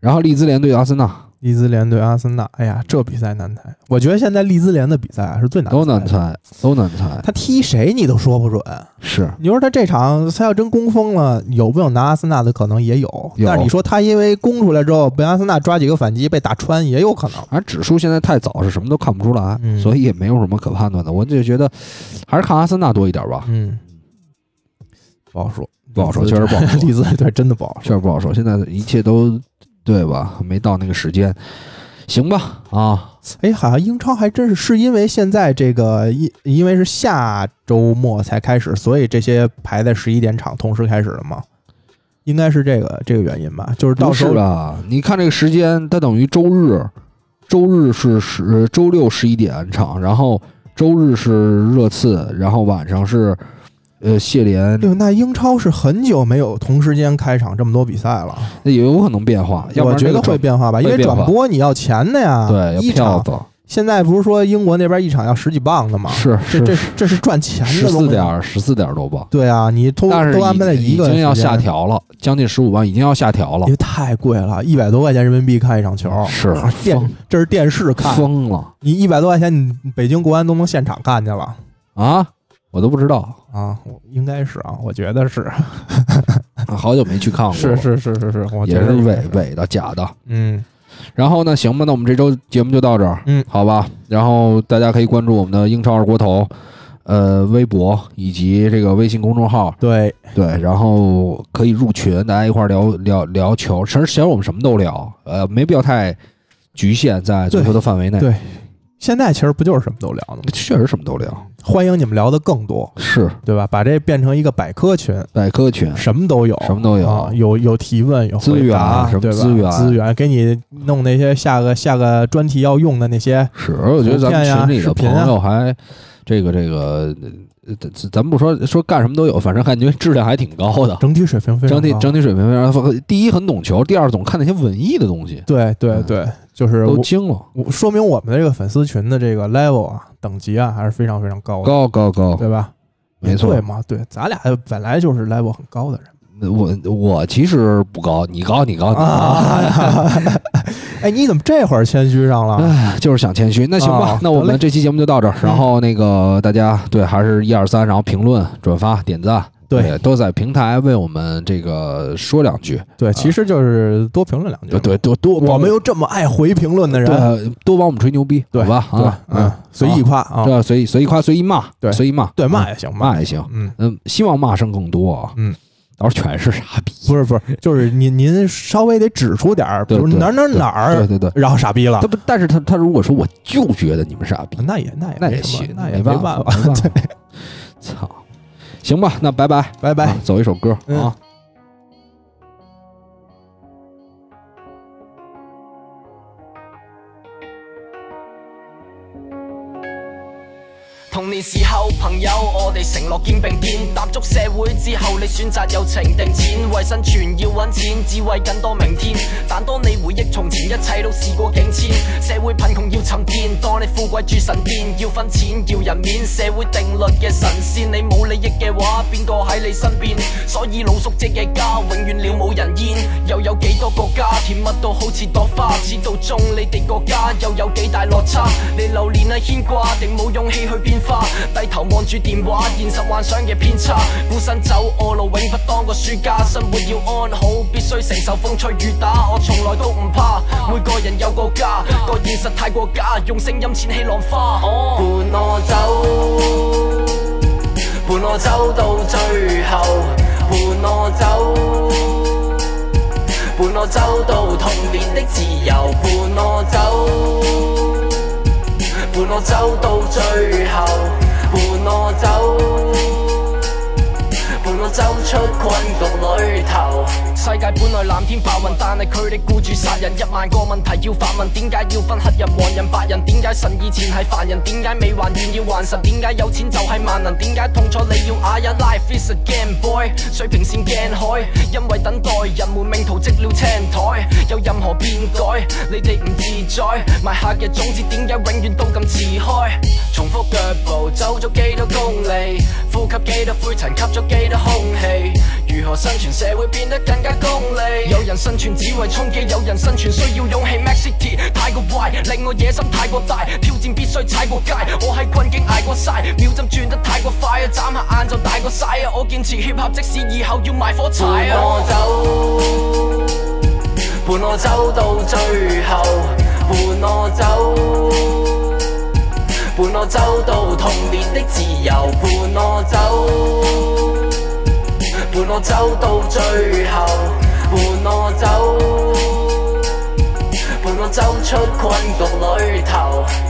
然后利兹联对阿森纳，利兹联对阿森纳，哎呀，这比赛难猜。我觉得现在利兹联的比赛啊是最难，都难。猜，都难猜，他踢谁你都说不准。是你说他这场他要真攻封了，有没有拿阿森纳的可能也有。有但是你说他因为攻出来之后被阿森纳抓几个反击被打穿也有可能。反正指数现在太早，是什么都看不出来，嗯所以也没有什么可判断的。我就觉得还是看阿森纳多一点吧，嗯，不好说，啊不好说，确实不好 说，利兹对真的不好确说。实不好说。现在一切都对吧？没到那个时间，行吧？啊，哎，好像英超还真是是因为现在这个因因为是下周末才开始，所以这些排在十一点场同时开始的吗？应该是这个这个原因吧，就是到不时是候吧？你看这个时间，它等于周日，周日是十，周六十一点场，然后周日是热刺，然后晚上是呃谢联，对，哎那英超是很久没有同时间开场这么多比赛了，那也有可能变化，要不我然觉这得个会转变化吧，因会为变化转播你要钱的呀，对要一票场子。现在不是说英国那边一场要十几磅的吗？是这是这是这是赚钱的十东西四点儿十四点儿多吧，对啊，你都但是都安排在已一个已经要时间下，调了，将近十五万已经要下调了因，为太贵了，一百多块钱人民币看一场球，是啊电疯这是电视看，疯了你一百多块钱，你北京国安都能现场看去了啊！我都不知道，啊，我应该是啊，我觉得是好久没去看过， 是是是是是，我觉也得是应该伪伪的假的。嗯，然后呢，行吧，那我们这周节目就到这儿，嗯好吧。然后大家可以关注我们的英超二锅头，呃，微博以及这个微信公众号，对，对，然后可以入群，大家一块儿聊聊聊球。其实其实我们什么都聊，呃，没必要太局限在足球的范围内。对现在其实不就是什么都聊的吗？确实什么都聊，欢迎你们聊的更多，是对吧？把这变成一个百科群，百科群，什么都有，什么都有啊有有提问，有资回源答什么对吧资源资源，给你弄那些下个下个专题要用的那些，是，而我觉得咱们群里的朋啊友还这个这个，呃咱咱们不说说干什么都有，反正感觉质量还挺高的，整体水 平非常整体高整体水平非常高。第一很懂球，第二总看那些文艺的东西，对对对，就是嗯都我惊了，我说明我们的这个粉丝群的这个 level 啊，等级啊，还是非常非常高的，高高高，对吧？没错对。嘛？对，咱俩本来就是 level 很高的人我我其实不高，你高你高你啊高，。 哎，你怎么这会儿谦虚上 了？哎，就是想谦虚。那行吧啊，那我得们嘞嗯这期节目就到这儿。然后那个大家对，还是一二三，然后评论、转发、点赞，对都在平台为我们这个说两句。对，其实就是多评论两句啊对。对，多多我帮们又这么爱回评论的人，对，多帮我们吹牛逼，对好吧？对啊，，嗯，随意夸啊，这随意随意夸，随意骂，对随意骂，对，嗯骂也行，骂，骂也行。嗯，嗯，希望骂声更多啊。嗯，到时候全是傻逼。不是不是，就是您您稍微得指出点儿，比对如对哪儿哪儿对哪儿对，对对，然后傻逼了他，不，但是他他如果说我就觉得你们傻逼，那也那也那没也什么行，那也没没法，办没 法，办法。操，行吧，那拜拜。拜拜啊。走一首歌嗯啊。童年時候，朋友，我哋承諾肩並肩，踏足社會之後，你選擇友情定錢，為生存要揾錢，只為更多明天。但當你回憶從前，一切都事過境遷，社會貧窮要沉澱，當你富貴住神殿，要分錢要人面，社會定律嘅神仙，你冇利益嘅話，邊個喺你身邊？所以老叔即嘅家，永遠了冇人煙。又有幾多國家甜蜜到好似朵花，似到中你哋國家又有幾大落差？你流連係牽掛，定冇勇氣去變化？低頭望住電話，現實幻想嘅偏差。孤身走我路，永不當個輸家。生活要安好，必須承受風吹雨打。我從來都唔怕，每個人有個家，個現實太過假，用聲音濺起浪花。伴我走，伴我走到最後，伴我走。伴我走到童年的自由，伴我走，伴我走到最後，伴我走。伴我走出困局裏頭。世界本來藍天白雲，但係佢哋顧住殺人。一萬個問題要發問，點解要分黑人、黃人、白人？點解神以前係凡人？點解未還願要還神？點解有錢就係萬能？點解痛楚你要啞忍？Life is a game boy，水平線鏡海，因為等待人們命途積了青苔。有任何偏改，你哋唔自在，埋下嘅種子點解永遠都咁遲開？重複腳步走咗幾多公里，呼吸幾多灰塵，吸咗幾多空氣，如何生存社會變得更加功利？有人生存只為衝擊，有人生存需要勇氣。Max City 太過壞，令我野心太過大，挑戰必須踩過界。我喺困境捱過晒，秒針轉得太過快啊！眨下眼就大過晒啊！我堅持協合，即使以後要賣火柴啊！伴我走，伴我走到最後，伴我走，伴我走到童年的自由，伴我走。伴我走到最後，伴我走，伴我走出困局裏頭。